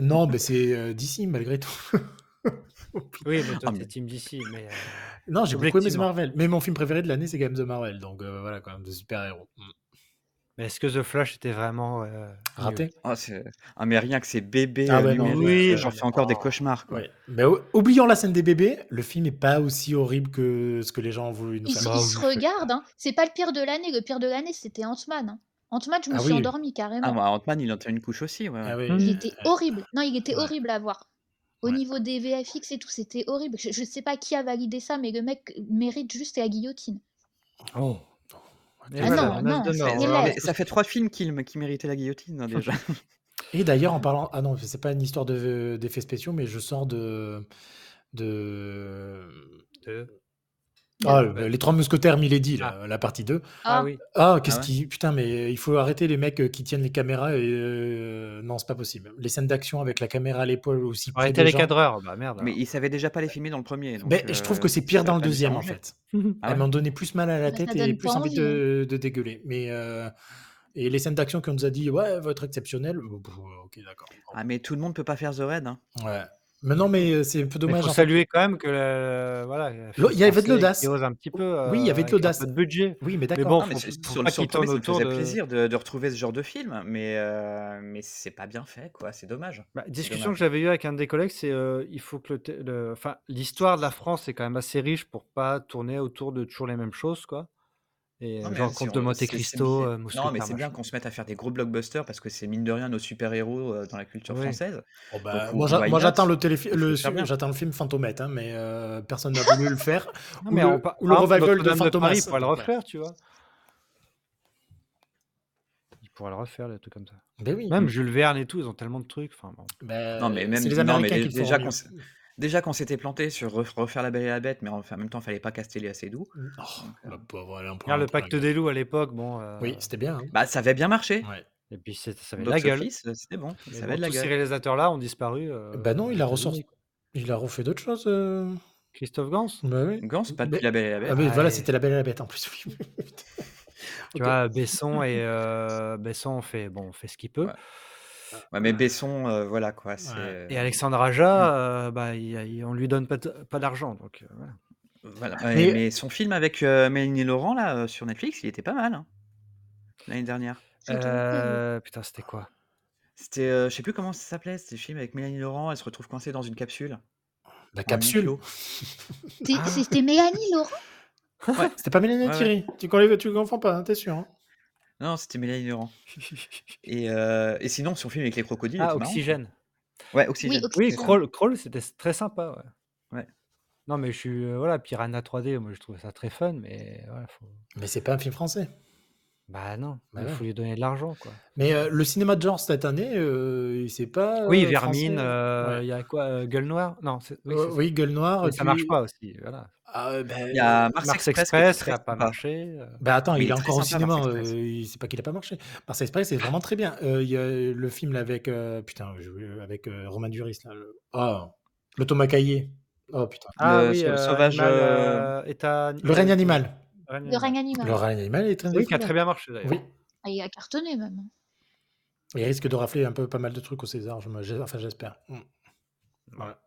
S1: Non, mais c'est euh, DC malgré tout.
S3: Oui, mais toi,
S4: Ah,
S3: t'es
S4: mais-
S3: Team DC, mais euh,
S1: non, j'ai beaucoup aimé The
S3: objectivement.
S1: Marvel. Mais mon film préféré de l'année, c'est quand même The Marvel. Donc euh, voilà, quand même, de super-héros. Mm.
S3: mais est-ce que The Flash était vraiment euh, nul
S1: Raté
S4: Ah, c'est- ah, mais rien que ces bébés
S1: Ah
S4: euh,
S1: ouais, non, ouais,
S4: numériques,
S3: Oui,
S4: euh,
S1: ouais,
S4: j'en
S1: ouais.
S4: fais encore des
S3: Oh.
S4: cauchemars. Quoi.
S1: Ouais. Mais ou- oublions la scène des bébés, le film est pas aussi horrible que ce que les gens ont voulu nous
S2: Ils,
S1: faire
S2: se-
S3: Bah
S2: ils
S1: croire.
S2: se
S3: oui, c'est
S2: regardent, hein. c'est pas le pire de l'année, le pire de l'année c'était Ant-Man. hein. Ant-Man, je me
S1: Ah
S2: suis
S1: oui.
S2: endormie
S4: Ah,
S2: carrément.
S4: moi, Ant-Man, il en tient une couche aussi. Ouais, ouais.
S1: Ah oui.
S3: Hmm.
S2: Il
S1: euh,
S2: était horrible. Non, il était
S1: ouais,
S2: horrible à voir. Au
S1: ouais.
S2: niveau des VFX et tout, c'était horrible. Je, je sais pas qui a validé ça, mais le mec mérite juste la guillotine.
S3: Oh. Et
S2: Ah
S1: Attends,
S3: voilà,
S2: non,
S1: euh,
S3: menace de
S2: non,
S3: mort.
S2: c'est
S4: Mais,
S3: Alors,
S2: l'élève.
S4: mais
S3: est-ce que
S4: ça fait trois films qu'il me- qui méritaient la guillotine, hein, déjà.
S1: Et d'ailleurs, en parlant. Ah non, c'est pas une histoire de- d'effets spéciaux, mais je sors de. de...
S3: Deux.
S1: Ah,
S2: De...
S1: le-
S3: Ouais.
S1: les trois mousquetaires Milady,
S3: Ah.
S1: là, la partie 2.
S3: Ah
S2: Ah,
S3: oui.
S1: Ah, qu'est-ce
S4: Ah ouais
S1: qui. Putain, mais il faut arrêter les mecs euh, qui tiennent les caméras. Et... euh, Non, c'est pas possible. Les scènes d'action avec la caméra à l'épaule aussi près
S3: Arrêtez
S1: des
S3: les
S1: gens.
S3: cadreurs. Bah merde
S4: Mais
S3: alors.
S4: il savait déjà pas les filmer dans le premier, donc
S1: Ben, je trouve
S4: euh,
S1: que c'est pire
S4: ça
S1: dans
S4: va
S1: le
S4: pas lui
S1: deuxième, en
S4: arranger.
S1: fait.
S4: Ah
S1: Elles
S4: ouais
S1: m'en donné plus mal à la
S2: bah, ça
S1: tête et
S2: donne pas
S1: plus envie
S2: envie. hein.
S1: de, de dégueuler. Mais, euh, et les scènes d'action qu'on nous a dit, ouais, votre exceptionnel. oh, pff, Ok, d'accord.
S4: Ah, mais tout le monde peut pas faire The Raid. hein.
S1: Ouais. Mais non, mais euh, c'est un peu
S3: Mais il faut
S1: dommage, en fait.
S3: saluer quand même que le, voilà, le
S1: L'au-
S3: film
S1: Il y avait de
S3: français qui
S1: l'audace.
S3: ose un petit peu
S1: Oui, il y
S3: euh,
S1: avait de
S3: avec un peu
S1: l'audace.
S3: de budget.
S1: Oui, mais
S3: Mais
S1: d'accord.
S3: bon,
S4: Non, mais
S3: faut,
S4: c'est-
S3: faut
S4: sur le,
S3: pas
S4: sur
S3: qu'il
S4: le
S3: tourne
S4: premier, ça me
S3: autour
S4: faisait
S3: de.
S4: plaisir de, de retrouver ce genre de film, mais, euh, mais c'est pas bien fait, quoi. C'est dommage.
S3: Bah,
S4: C'est
S3: discussion que
S4: dommage.
S3: j'avais eue avec un de des collègues, c'est euh, il faut que le, thé- le- enfin l'histoire de la France est quand même assez riche pour pas tourner autour de toujours les mêmes choses quoi. Et
S4: Non,
S3: euh,
S4: mais
S3: genre
S4: si
S3: Comte de
S4: on-
S3: Monte
S4: c'est c'est
S3: Cristo,
S4: bien.
S3: euh,
S4: Non, mais
S3: Mousquetaire
S4: c'est bien
S3: machin.
S4: qu'on se mette à faire des gros blockbusters parce que c'est mine de rien nos super-héros euh, dans la culture
S3: Oui.
S4: française.
S1: Oh
S4: Donc,
S1: bah, moi,
S4: wh-
S1: j'a-
S4: why
S1: moi,
S4: not
S1: j'attends le, téléfi-
S4: Il faut
S1: le
S4: le faire
S1: su-
S4: bien.
S1: j'attends le film Fantomètre, hein, mais euh, personne n'a voulu le faire.
S3: Non
S1: Ou
S3: mais on,
S1: le,
S3: par
S1: ou le
S3: par exemple
S1: revival de
S3: Notre-Dame de Paris, il
S1: Fantomas.
S3: pourrait le
S1: Donc, ouais.
S3: refaire, tu vois. Il pourrait le refaire des trucs comme ça.
S1: Ben oui.
S3: Même Jules Verne et tout, ils ont tellement de trucs. Enfin bon.
S4: Non, mais
S1: Ben,
S4: même
S1: c'est les
S4: non, mais
S1: Américains
S4: dé-
S1: qui le font
S4: déjà qu'on
S1: mieux. Oh,
S4: s- déjà qu'on s'était planté sur ref- refaire La Belle et la Bête, mais en, en même temps, fallait pas casteller assez doux.
S1: Mm.
S4: Donc,
S1: Oh,
S4: euh,
S1: la pauvre, elle a un
S3: Regarde
S1: problème
S3: le
S1: pour la
S3: Pacte
S1: gueule.
S3: des Loups à l'époque, bon. euh,
S1: Oui, c'était bien. hein.
S4: bah, ça avait bien marché.
S1: Ouais.
S3: Et puis c'est- ça avait de la
S4: Box
S3: gueule.
S4: office, euh, c'était bon.
S3: Mais
S4: Ça avait
S3: bon,
S4: de la
S3: tous ces
S4: gueule.
S3: réalisateurs-là ont disparu euh,
S1: Bah non,
S3: aux
S1: il a ressorti.
S3: États-Unis. quoi.
S1: Il a refait d'autres choses. euh.
S3: Christophe Gans.
S1: Bah oui.
S4: Gans, pas depuis
S1: Mais-
S4: La Belle bah, et la
S1: Ah
S4: Bête.
S1: ben
S3: Ah,
S1: voilà,
S3: et-
S1: c'était la belle et la bête en plus. oui. ok.
S3: Tu vois, Besson et euh, Besson on fait bon, on fait ce qu'il peut.
S4: Ouais. Ouais, mais Besson, euh, voilà quoi. C'est
S1: Ouais.
S3: Et
S4: euh,
S3: Alexandre
S4: hmm,
S1: Mm.
S3: Aja, euh, bah, il- il- on lui donne pas, de- pas d'argent, donc euh, voilà.
S4: voilà. Ouais,
S1: Mais
S4: mais son film avec euh, Mélanie Laurent là euh, sur Netflix, il était pas mal hein, l'année dernière.
S2: J'ai déjà pas aimé.
S3: Euh, putain, c'était quoi
S4: C'était, euh, je sais plus comment ça s'appelait, c'était le film avec Mélanie Laurent. Elle se retrouve coincée dans une capsule
S1: la
S4: en huis
S1: capsule.
S4: clos.
S2: C'est-
S3: Ah,
S2: C'était Mélanie Laurent
S4: Ouais,
S1: C'était pas Mélanie
S4: ouais, ouais.
S1: Thierry. Tu ne tu confonds pas, hein, t'es sûr. hein.
S4: Non, c'était Mélanie Laurent. Et, euh, et sinon, son film avec les crocodiles
S3: ah
S4: était marrant. quoi.
S3: Oxygène.
S4: Ouais,
S2: Oui,
S4: Oxygène.
S3: Oui,
S4: Oxygène.
S2: Oxygène.
S3: Crawl, Crawl c'était s- très sympa. ouais.
S4: Ouais.
S3: Non, mais je suis euh, voilà, Piranha 3D, moi je trouvais ça très fun, mais voilà, faut...
S1: Mais c'est pas un film français.
S3: bah non,
S1: Bah
S3: il
S1: ouais.
S3: faut lui donner de l'argent, quoi.
S1: Mais euh, le cinéma de genre cette année, euh, il- c'est pas
S3: Oui,
S1: euh,
S3: Vermine,
S1: français.
S3: euh,
S1: Ouais.
S3: il y a quoi euh, Gueule Noire Non, c'est- oui,
S1: Euh,
S3: c'est ça.
S1: oui, Gueule Noire.
S3: Mais
S1: Et
S3: ça marche
S1: puis,
S3: pas aussi, voilà.
S1: ah, euh, ben,
S4: Il y a Mars
S3: Mars
S4: Express qui était
S3: Express qui
S4: très
S3: a pas
S4: sympa.
S3: marché. euh.
S1: Bah attends,
S4: Mais il
S1: il est
S4: est très
S1: encore au
S4: sympa, Mars
S1: cinéma.
S4: Express.
S1: euh, il- c'est pas qu'il a pas marché. Mars Express, c'est vraiment très bien. Euh, Il y a le film là avec euh, putain, je- avec euh, Romain Duris là. Le... Ah, le Thomas Caillé. Oh putain.
S3: Ah
S4: Le,
S3: oui,
S4: sur le
S3: euh,
S4: sauvage.
S3: Animal,
S4: euh,
S3: euh, état,
S1: Le règne
S3: euh, état-
S1: animal.
S3: règne
S2: Le
S3: animal.
S2: règne
S1: Le
S2: animal.
S1: règne animal est très
S3: Oui, qui a
S1: excellent.
S3: très bien marché d'ailleurs.
S1: Oui.
S2: Ah, il a cartonné même.
S1: Il risque de rafler un peu pas mal de trucs au César. je me- j'ai- Enfin, j'espère. Mm.
S3: Ouais.
S1: Voilà.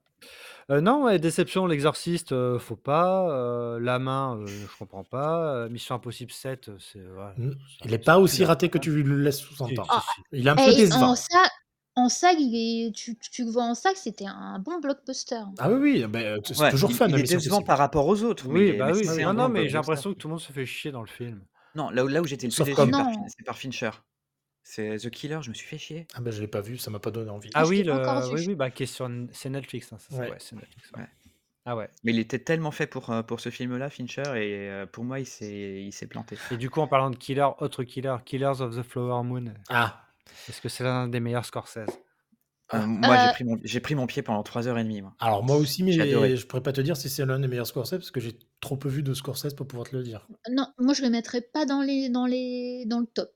S3: Euh, non, ouais, Déception, L'Exorciste, euh, faut pas. euh, La Main, euh, je comprends pas. euh, Mission Impossible 7, euh, c'est voilà,
S1: Mm.
S3: bah, c'est
S1: Il n'est
S3: un
S1: pas
S3: petit
S1: aussi
S3: film à
S1: raté que
S3: faire.
S1: tu le laisses
S3: Si,
S1: sous-entendre.
S3: si,
S2: Ah,
S3: si.
S1: Il est un peu
S2: et en
S1: décevant.
S2: salle, en salle, il est... tu, tu le vois en salle, c'était un bon blockbuster.
S1: Ah oui, oui, ben, t- c'est
S4: Ouais,
S1: toujours
S4: il,
S1: fun,
S4: il
S1: la
S4: est
S1: Mission
S4: décevant
S1: Impossible.
S4: par rapport aux autres, mais, il
S3: Oui,
S4: est-
S3: bah
S4: mais
S3: oui.
S1: Ah
S4: c'est
S1: oui,
S4: un
S3: Non,
S1: oui.
S3: non,
S4: bon
S3: mais j'ai
S4: blockbuster.
S3: l'impression que tout le monde se fait chier dans le film.
S4: Non, là où, là où j'étais le plus
S1: Sauf
S4: déçu,
S1: comme.
S4: par
S2: Non,
S4: Fin- c'est par Fincher. C'est The Killer, je me suis fait chier.
S1: Ah ben, je l'ai pas vu, ça m'a pas donné envie.
S2: ah,
S3: Ah
S2: je
S3: oui,
S2: l'ai pas encore
S3: le...
S2: vu.
S3: oui, oui, bah, qui est sur... N- c'est Netflix. hein, ça, c'est-
S1: Ouais.
S3: ouais, c'est Netflix. ouais.
S4: Ouais.
S3: Ah ouais.
S4: Mais il était tellement fait pour, euh, pour ce film-là, Fincher, et euh, pour moi, il s'est il s'est planté.
S3: Et du coup, en parlant de Killer, autre Killer, Killers of the Flower Moon,
S1: Ah,
S3: est-ce que c'est l'un des meilleurs Scorsese
S4: Euh, moi, j'ai pris, mon... j'ai pris mon pied pendant 3h30. Moi.
S1: Alors moi aussi, mais
S4: J'ai adoré.
S1: je pourrais pas te dire si c'est l'un des meilleurs Scorsese parce que j'ai trop peu vu de Scorsese pour pouvoir te le dire.
S2: Non, moi je le mettrais pas dans les dans les dans le top.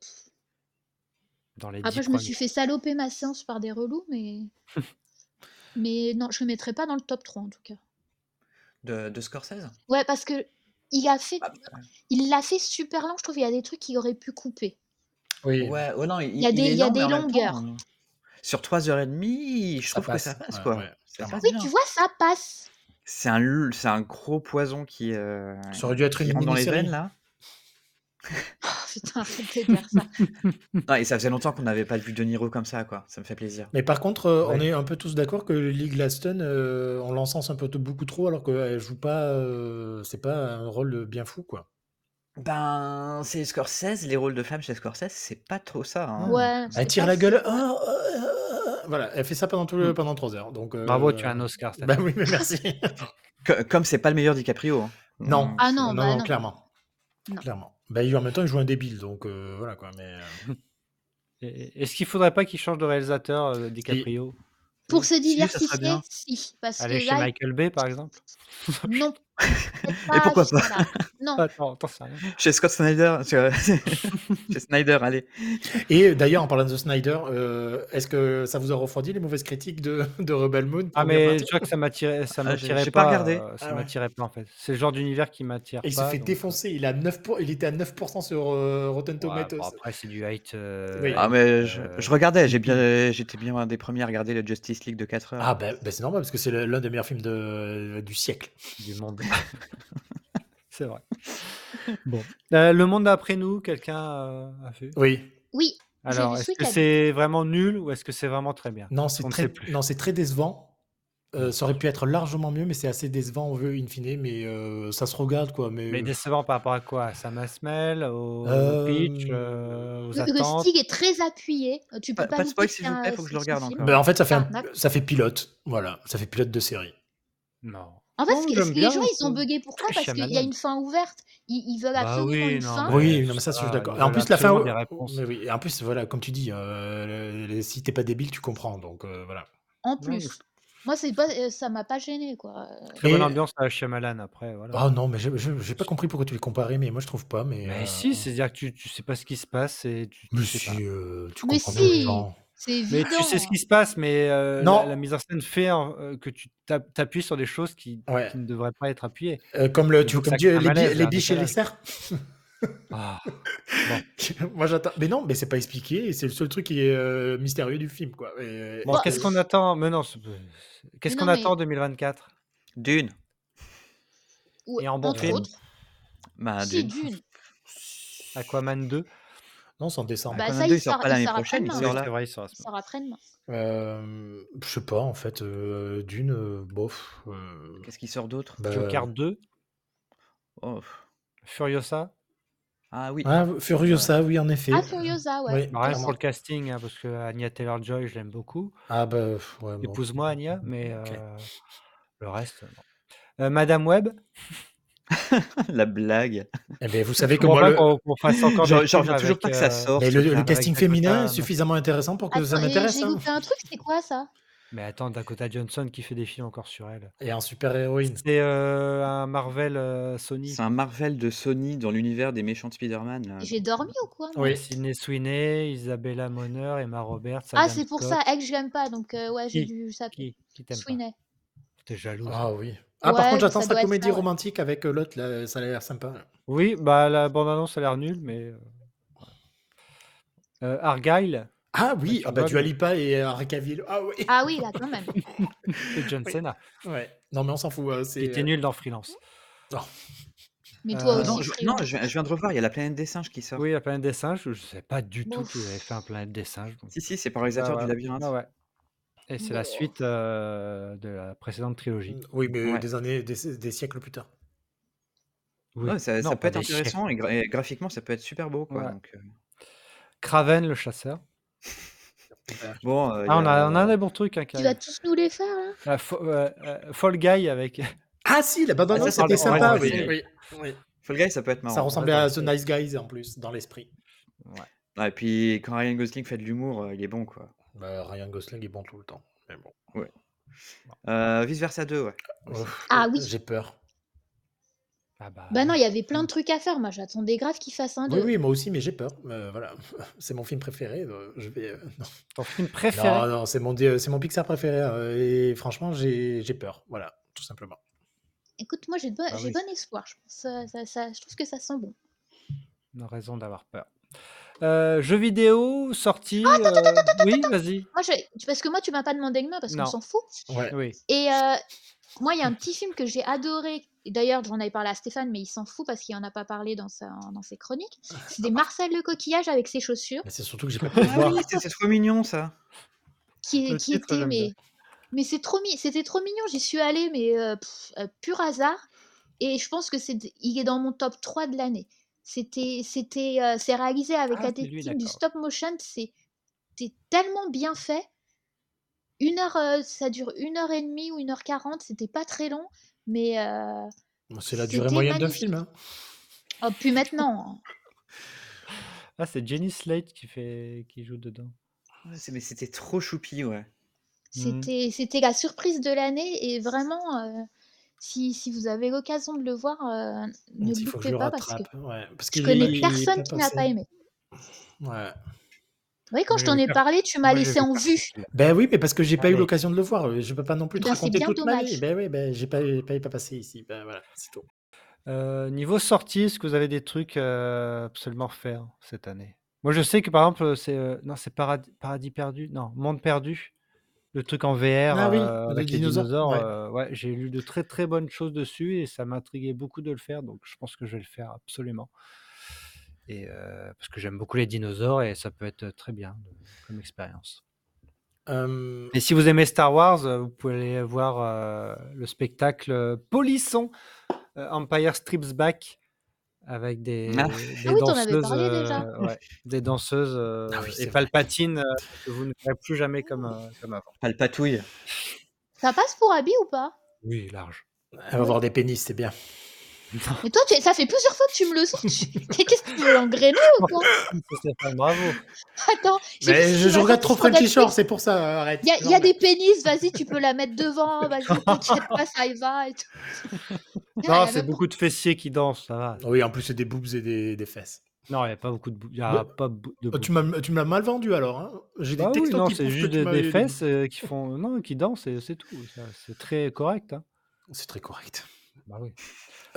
S3: Dans les dix
S2: Après, Ah, bah, je me
S3: premiers.
S2: suis fait saloper ma séance par des relous, mais mais non, je le mettrais pas dans le top 3 en tout cas.
S4: De, de Scorsese
S2: Ouais, parce que il a fait
S4: Ah,
S2: il l'a fait super long. Je trouve il y a des trucs qu'il aurait pu couper.
S1: Oui.
S4: Ouais, ouais, non, il,
S2: y a des-
S4: est
S2: il y a
S4: lent,
S2: des
S4: mais en même temps,
S2: longueurs.
S4: euh, sur 3h30, je
S1: Ça
S4: trouve que
S1: passe.
S4: ça passe,
S1: Ouais,
S4: quoi.
S1: ouais,
S4: Ça
S1: clairement.
S4: passe
S2: Oui,
S4: Ah, bah, bien.
S2: tu vois, ça passe.
S4: C'est un, l- c'est un gros poison qui, euh,
S1: Ça aurait dû être
S4: qui
S1: une
S4: rentre dans les
S1: mini-série.
S4: veines, là.
S2: Oh, putain, arrêtez de dire ça.
S4: Non, et ça faisait longtemps qu'on n'avait pas vu De Niro comme ça, quoi. Ça me fait plaisir.
S1: Mais par contre, euh, on
S3: Ouais.
S1: est un peu tous d'accord que Lee Glaston, euh, on l'encense un peu t- beaucoup trop alors qu'elle joue pas, euh, c'est pas un rôle bien fou quoi.
S4: Ben, c'est Scorsese, les rôles de femmes chez Scorsese, c'est pas trop ça. hein.
S2: Ouais,
S1: Elle
S2: c'est
S1: tire
S2: pas
S1: la
S2: si-
S1: gueule. ah, ah, ah, ah. voilà, elle fait ça pendant tout le-
S3: Mm.
S1: pendant trois heures. Donc
S3: Bravo,
S1: euh,
S3: tu as un Oscar. cette
S1: Bah
S3: année.
S1: oui, mais merci.
S4: Co- comme c'est pas le meilleur DiCaprio. hein.
S1: non,
S4: Mm.
S2: Ah
S1: c'est-
S2: non, bah non.
S1: clairement,
S2: Non.
S1: clairement. Bah, il, en même temps, il joue un débile, donc euh, voilà quoi. Mais euh,
S3: Et- Est-ce qu'il faudrait pas qu'il change de réalisateur, euh, DiCaprio
S2: Pour se
S4: Si, ça serait
S2: diversifier,
S4: bien.
S2: si. Parce
S3: Aller
S2: que
S3: chez
S2: là,
S3: Michael Bay, par exemple
S2: non. peut-être
S4: Et pourquoi
S2: jusqu'à là. Non,
S3: Attends, t'en sais rien.
S4: Chez Scott Snyder. Chez, chez Snyder, allez.
S1: Et d'ailleurs, en parlant de Snyder, euh, est-ce que ça vous a refroidi les mauvaises critiques de, de Rebel Moon
S3: Ah
S1: pour Green
S3: mais
S1: Lantern
S3: tu vois que ça m'attirait, ça
S4: Ah, j'ai-
S3: m'attirait
S4: j'ai
S3: pas.
S4: pas regardé.
S3: euh, ça
S1: Ah ouais.
S3: m'attirait pas en fait. C'est le genre d'univers qui m'attire
S1: Et il s'est
S3: pas.
S1: fait
S3: donc,
S1: défoncer. Il, a 9 pour- il était à 9% sur euh, Rotten
S3: euh, ouais,
S1: Tomatoes.
S3: bon, après c'est du hate. euh,
S1: Oui.
S4: Ah,
S3: hate,
S4: mais je,
S3: euh,
S4: je regardais, j'ai
S3: hippie.
S4: bien, j'étais bien un des premiers à regarder le Justice League de 4 heures.
S1: Ah, ben ben c'est normal parce que c'est le- l'un des meilleurs films de- euh, du siècle.
S3: du monde. c'est vrai. Bon. Euh, le monde d'après nous, quelqu'un euh, a vu
S1: Oui.
S2: oui, J'ai
S3: Alors,
S2: vu ce
S3: est-ce que
S2: week-end.
S3: c'est vraiment nul ou est-ce que c'est vraiment très bien
S1: Non, c'est
S3: On ne
S1: très,
S3: sait plus. Mm.
S1: non, c'est très décevant. Euh, ça aurait pu être largement mieux, mais c'est assez décevant, on veut, in fine, mais euh, ça se regarde, quoi. Mais,
S3: Mais décevant par rapport à quoi À Sa Masmel, au
S1: Euh,
S3: pitch, euh, aux
S2: le, le
S3: attentes.
S2: Stig est très appuyé. Euh, Tu
S4: Pas-
S2: peux pas,
S4: pas de
S2: nous
S4: spoil,
S2: dire
S4: s'il vous
S2: qu'un-
S4: plaît, faut que
S2: c'est
S4: je le
S2: son
S4: regarde
S2: film.
S4: encore.
S1: Ben, en fait, ça fait, un-
S2: Ah, d'accord.
S1: ça fait pilote. Voilà, ça fait pilote de série.
S3: Non.
S2: En fait,
S3: Non,
S2: ce que, ce
S3: Oh, j'aime
S2: que
S3: bien,
S2: les gens, ils ont
S3: c'est-
S2: bugué. Pourquoi
S3: Très
S2: Parce qu'il y a
S3: Shyamalan.
S2: une fin ouverte. Ils, ils veulent
S3: Bah
S2: absolument
S3: oui,
S2: une
S3: non,
S2: fin.
S3: mais
S1: oui, non, mais
S3: ça
S1: ça, je suis
S3: va,
S1: d'accord.
S3: ils
S1: Et Ah, en
S3: veulent
S1: plus, la fin.
S3: absolument des réponses.
S1: mais oui, et en plus, voilà, comme tu dis, euh, le- si t'es pas débile, tu comprends. Donc, euh, voilà.
S2: En
S3: Non, mais
S2: plus. Moi, c'est pas, euh, ça m'a pas gêné, quoi. Euh,
S3: Très bonne
S1: Et-
S3: ambiance à Shyamalan après, voilà.
S1: Ah non, mais j'ai j'ai- j'ai pas compris pourquoi tu les comparais, mais moi, je trouve pas. Mais,
S3: Mais
S1: euh,
S3: si, c'est-à-dire que tu, tu sais pas ce qui se passe et tu, tu
S1: mais
S3: sais pas.
S1: si, euh, tu
S2: Mais
S1: comprends bien les
S2: si,
S1: gens.
S2: c'est
S3: Mais tu sais ce
S2: évident.
S3: qui se passe, mais euh,
S1: Non.
S3: La, la mise en scène fait euh, que tu t'ap- t'appuies sur des choses qui,
S1: Ouais.
S3: qui ne devraient pas être appuyées.
S1: Euh, comme le,
S3: Et
S1: tu,
S3: donc,
S1: comme
S3: ça
S1: tu-
S3: crée un
S1: les, bi-
S3: malaise,
S1: les
S3: un
S1: biches et les
S3: décalage.
S1: cerfs.
S3: Ah,
S1: Moi j'attends. Mais non, mais c'est pas expliqué. et C'est le seul truc qui est euh, mystérieux du film, quoi. Et- et-
S3: Bon,
S2: Bah,
S3: qu'est-ce qu'on attend mais non, c'est- c'est- Qu'est-ce
S2: Mais
S3: qu'on
S2: non, mais-
S3: attend en 2024
S4: Dune.
S2: Ou-
S3: Et en bon
S2: entre
S3: film
S2: autres,
S4: Bah,
S2: si
S4: Dune.
S2: d'une.
S3: Aquaman 2
S1: Non, c'est en décembre.
S2: Bah,
S4: Aquaman
S2: ça,
S4: 2,
S2: il
S4: il sort
S2: sort,
S4: pas
S2: il
S4: l'année
S2: sort
S4: prochaine, il
S2: après-demain.
S4: sort
S3: Oui,
S4: là.
S3: c'est vrai, il sera
S2: Il
S3: à ce moment.
S2: sort après-demain.
S1: Euh, je sais pas, en fait. euh, Dune, euh, bof. euh,
S4: Qu'est-ce qui sort d'autre
S1: bah,
S3: Joker 2,
S4: Oh, pff.
S3: Furiosa.
S4: Ah oui.
S1: Ah, Furiosa, oui, en effet.
S2: Ah, Furiosa, ouais.
S1: Oui,
S3: Bah, rien que
S1: clairement.
S3: pour le casting, hein, parce que Anya Taylor-Joy, je l'aime beaucoup.
S1: Ah, bah, pff, ouais, bon.
S3: Épouse-moi, Anya, mais
S1: Ok.
S3: euh, le reste, non. Euh, Madame Webb,
S4: La blague.
S1: Eh ben, vous
S3: je
S1: savez que
S3: comprends
S1: moi,
S3: pas
S1: le...
S3: qu'on qu'on fasse encore
S4: J'en
S3: des
S4: j'en
S3: films
S4: reviens toujours
S3: avec...
S4: pas que ça
S3: euh,
S4: sort.
S1: mais
S4: ce
S1: le, le
S4: truc-là.
S1: casting
S3: Dakota-
S1: féminin est suffisamment intéressant pour que ça
S2: Attends, et
S1: m'intéresse.
S2: j'ai
S1: hein.
S2: loupé un truc, c'est quoi ça
S3: Mais attends, Dakota Johnson qui fait des films encore sur elle.
S1: Et en super-héroïne.
S3: C'est euh, un Marvel euh, Sony.
S4: C'est un Marvel de Sony dans l'univers des méchants de Spider-Man. là.
S2: J'ai dormi ou quoi moi
S1: Oui.
S3: Sidney Sweeney, Isabella Moner, Emma Roberts,
S2: Ah,
S3: Adam
S2: c'est pour
S3: Scott.
S2: ça, elle que je l'aime pas, donc euh, ouais, j'ai
S3: Qui
S2: dû s'appeler
S3: Qui, qui t'aime pas
S2: Sweeney.
S3: T'es jalouse.
S1: Ah, oui. Ah, par
S2: Ouais,
S1: contre, j'attends
S2: ça
S1: sa
S2: doit être
S1: comédie
S2: ça, ouais.
S1: romantique avec euh, l'autre, là, ça a l'air sympa.
S3: Oui, bah la bande-annonce a l'air nulle, mais... euh, ouais. Euh, Argyle
S1: Ah oui,
S3: tu
S1: ah bah,
S3: vois,
S1: Dua
S3: mais-
S1: Lipa et euh, Cavill. Ah oui.
S2: Ah oui, là, quand même.
S3: et John
S1: Oui.
S3: Cena,
S1: Ouais. Non mais on s'en fout. euh,
S3: qui
S1: c'est,
S3: était
S1: euh,
S3: nul dans Freelance.
S2: Mais toi
S3: Euh,
S4: Euh,
S2: aussi,
S4: non, je,
S2: Frio.
S4: non, je- je viens de revoir, il y a la planète des singes qui sort.
S3: Oui, la planète des singes, je ne savais pas du tout
S2: Bon.
S3: qu'ils avaient fait un planète des singes. donc-
S4: Si, si, c'est par
S3: Ah
S4: le réalisateur
S3: ouais,
S4: du labyrinthe.
S3: ah ouais. Et c'est la
S1: Bon.
S3: suite euh, de la précédente trilogie.
S4: Mm.
S1: Oui, mais
S4: Ouais.
S1: des années, des, des siècles plus tard.
S3: Oui.
S4: Ouais, ça, ça
S3: Non,
S4: peut
S3: pas
S4: être
S3: des siècles.
S4: intéressant et, gra- et graphiquement, ça peut être super beau. Quoi,
S3: Ouais.
S4: donc, euh,
S3: Craven le chasseur.
S4: Bon, euh,
S3: Ah,
S4: il
S3: on
S4: y a-
S3: a, on a des bons trucs. Hein, qui
S2: Tu vas
S3: arrivent.
S2: tous nous les faire, hein? là
S3: Ah, Fo- euh, euh, Fall Guy avec.
S1: Ah si, la bande
S4: Ah, ça,
S1: annonce
S4: ça
S1: c'était
S4: parle- ouais,
S1: sympa.
S4: ouais,
S1: Oui,
S4: c'est-
S1: oui, oui.
S4: Fall Guy, ça peut être marrant.
S1: Ça ressemblait
S3: Ouais,
S1: à
S3: ça-
S1: The Nice Guys en plus dans l'esprit.
S3: Ouais.
S4: Ah, et puis, quand Ryan Gosling fait de l'humour, euh, il est bon. quoi.
S1: Bah, Ryan Gosling est bon tout le temps. Mais bon.
S4: Euh, Vice versa 2, ouais.
S1: Ouf,
S2: Ah oui.
S1: J'ai peur.
S3: Ah bah,
S2: Bah non, il y avait plein de trucs à faire. Moi, j'attendais grave qu'il fasse
S1: Oui,
S2: un deux.
S1: oui, moi aussi, mais j'ai peur. Euh, voilà, c'est mon film préféré. euh, Je vais. euh, non.
S3: ton film préféré
S1: Non, non, c'est mon, di- c'est mon Pixar préféré. euh, Et franchement, j'ai j'ai peur. Voilà, tout simplement.
S2: Écoute, moi, j'ai de bon,
S3: Ah
S2: j'ai
S3: oui.
S2: bon espoir. Je, pense, ça, ça- ça- je trouve que ça sent bon.
S3: On a raison d'avoir peur. Euh, jeux vidéo, sortie.
S2: Ah,
S3: euh, oui, vas-y.
S2: Moi, je- parce que moi, tu m'as pas demandé le mien parce qu'on
S3: Non.
S2: s'en fout.
S1: Ouais.
S3: Oui.
S2: Et euh, moi, il y a un petit film que j'ai adoré. Et D'ailleurs, j'en avais parlé à Stéphane, mais il s'en fout parce qu'il en a pas parlé dans, sa, dans ses chroniques. C'était Marcel le coquillage avec ses chaussures,
S1: Mais c'est surtout que j'ai pas pu le
S4: Ah
S1: voir.
S4: oui, c'est c'est trop mignon ça.
S2: qui,
S3: Le
S2: qui
S3: titre,
S2: était
S3: j'aime bien.
S2: mais mais c'est trop mi- c'était trop mignon. J'y suis allée, mais euh, pff, euh, pur hasard. Et je pense que c'est il est dans mon top 3 de l'année. C'était c'était euh, c'est réalisé avec
S3: Ah,
S2: la
S3: c'est lui,
S2: technique du
S3: d'accord.
S2: stop motion. C'est c'est tellement bien fait. Une heure, euh, ça dure une heure et demie ou une heure quarante. C'était pas très long, mais euh,
S1: C'est la durée
S2: C'était
S1: moyenne d'un
S2: magnifique.
S1: film. hein.
S2: Oh, puis maintenant,
S3: Ah, c'est Jenny Slate qui, fait... qui joue dedans.
S4: Ouais, c'est- mais c'était trop choupi, ouais.
S1: Mmh.
S3: Mhm.
S2: c'était c'était la surprise de l'année et vraiment, euh, si, si vous avez l'occasion de le voir, euh, ne
S1: Il
S2: le
S1: faut que je le
S2: loupez pas parce que
S1: rattrape. ouais, parce
S2: je
S1: qu'il
S2: connais
S1: est-
S2: personne qui n'a
S1: passé.
S2: pas aimé.
S1: Ouais.
S2: Oui, quand je
S3: Moi, j'ai
S2: t'en
S3: vu
S2: ai
S3: per-
S2: parlé, tu m'as
S3: moi, j'ai
S2: laissé
S3: vu
S2: en vue.
S1: Ben oui, mais parce que j'ai pas eu
S3: Allez.
S1: l'occasion de le voir. euh, Je peux pas non plus
S2: Eh
S1: te
S2: ben, c'est
S1: raconter
S2: bien
S1: toute ma
S2: dommage.
S1: vie. Ben oui, ben j'ai pas, eu- pas, eu- pas passé ici. Ben voilà, c'est tout.
S3: Euh, niveau sortie, est-ce que vous avez des trucs euh, absolument refaire cette année Moi, je sais que par exemple, c'est euh, non, c'est Paradis, Paradis perdu, non, Monde perdu, le truc en VR
S1: Ah oui,
S3: euh,
S1: le
S3: avec les
S1: dinosaure,
S3: dinosaures.
S1: ouais.
S3: euh, ouais, j'ai lu de très très bonnes choses dessus et ça m'intriguait beaucoup de le faire, donc je pense que je vais le faire absolument. Et euh, parce que j'aime beaucoup les dinosaures et ça peut être euh, très bien de- comme expérience.
S1: Euh,
S3: Et si vous aimez Star Wars, euh, vous pouvez aller voir euh, le spectacle euh, Polisson euh, Empire Strips Back avec des,
S4: Ah.
S3: des
S2: Ah oui, t'en avais
S3: danseuses,
S2: parlé déjà.
S3: euh, ouais, des danseuses euh,
S1: Ah oui, c'est
S3: et
S1: vrai.
S3: Palpatine euh, que vous ne verrez plus jamais comme, euh, comme avant.
S4: Pas le patouille.
S2: Ça passe pour habit ou pas
S3: Oui, large.
S1: elle va avoir des pénis, c'est bien.
S2: Mais toi, tu- ça fait plusieurs fois que tu me le sors. tu- Qu'est-ce que tu veux l'engrainer ou quoi
S3: bravo.
S2: Ah, Attends, j'ai vu
S1: Mais
S2: si
S1: je, je
S2: tu vas
S1: regarde
S2: sortir
S1: trop
S2: sur
S1: Frenchy
S2: Netflix.
S1: Shore, c'est pour ça. euh, Arrête.
S2: Il y a, il y a des pénis, vas-y, tu peux la mettre devant, hein, vas-y, t'inquiète pas, ça y va et tout. Ah,
S3: Non,
S2: elle a
S3: c'est
S2: même pas-
S3: beaucoup de fessiers qui dansent, ça va.
S1: Ah Oui, en plus, c'est des boobs et des, des fesses.
S3: Non, il n'y a pas beaucoup de, bou- il y
S1: Bah,
S3: a pas bou- de
S1: Oh,
S3: boobs.
S1: tu m'as tu me l'as mal vendu alors. hein. J'ai des
S3: Bah oui,
S1: textos
S3: non,
S1: qui
S3: c'est
S1: prouvent que
S3: juste
S1: tu
S3: des,
S1: m'as
S3: des
S1: eu des boobs.
S3: fesses euh, qui font, non, qui dansent et c'est tout. ça, C'est très correct. hein.
S1: C'est très correct.
S3: Bah oui.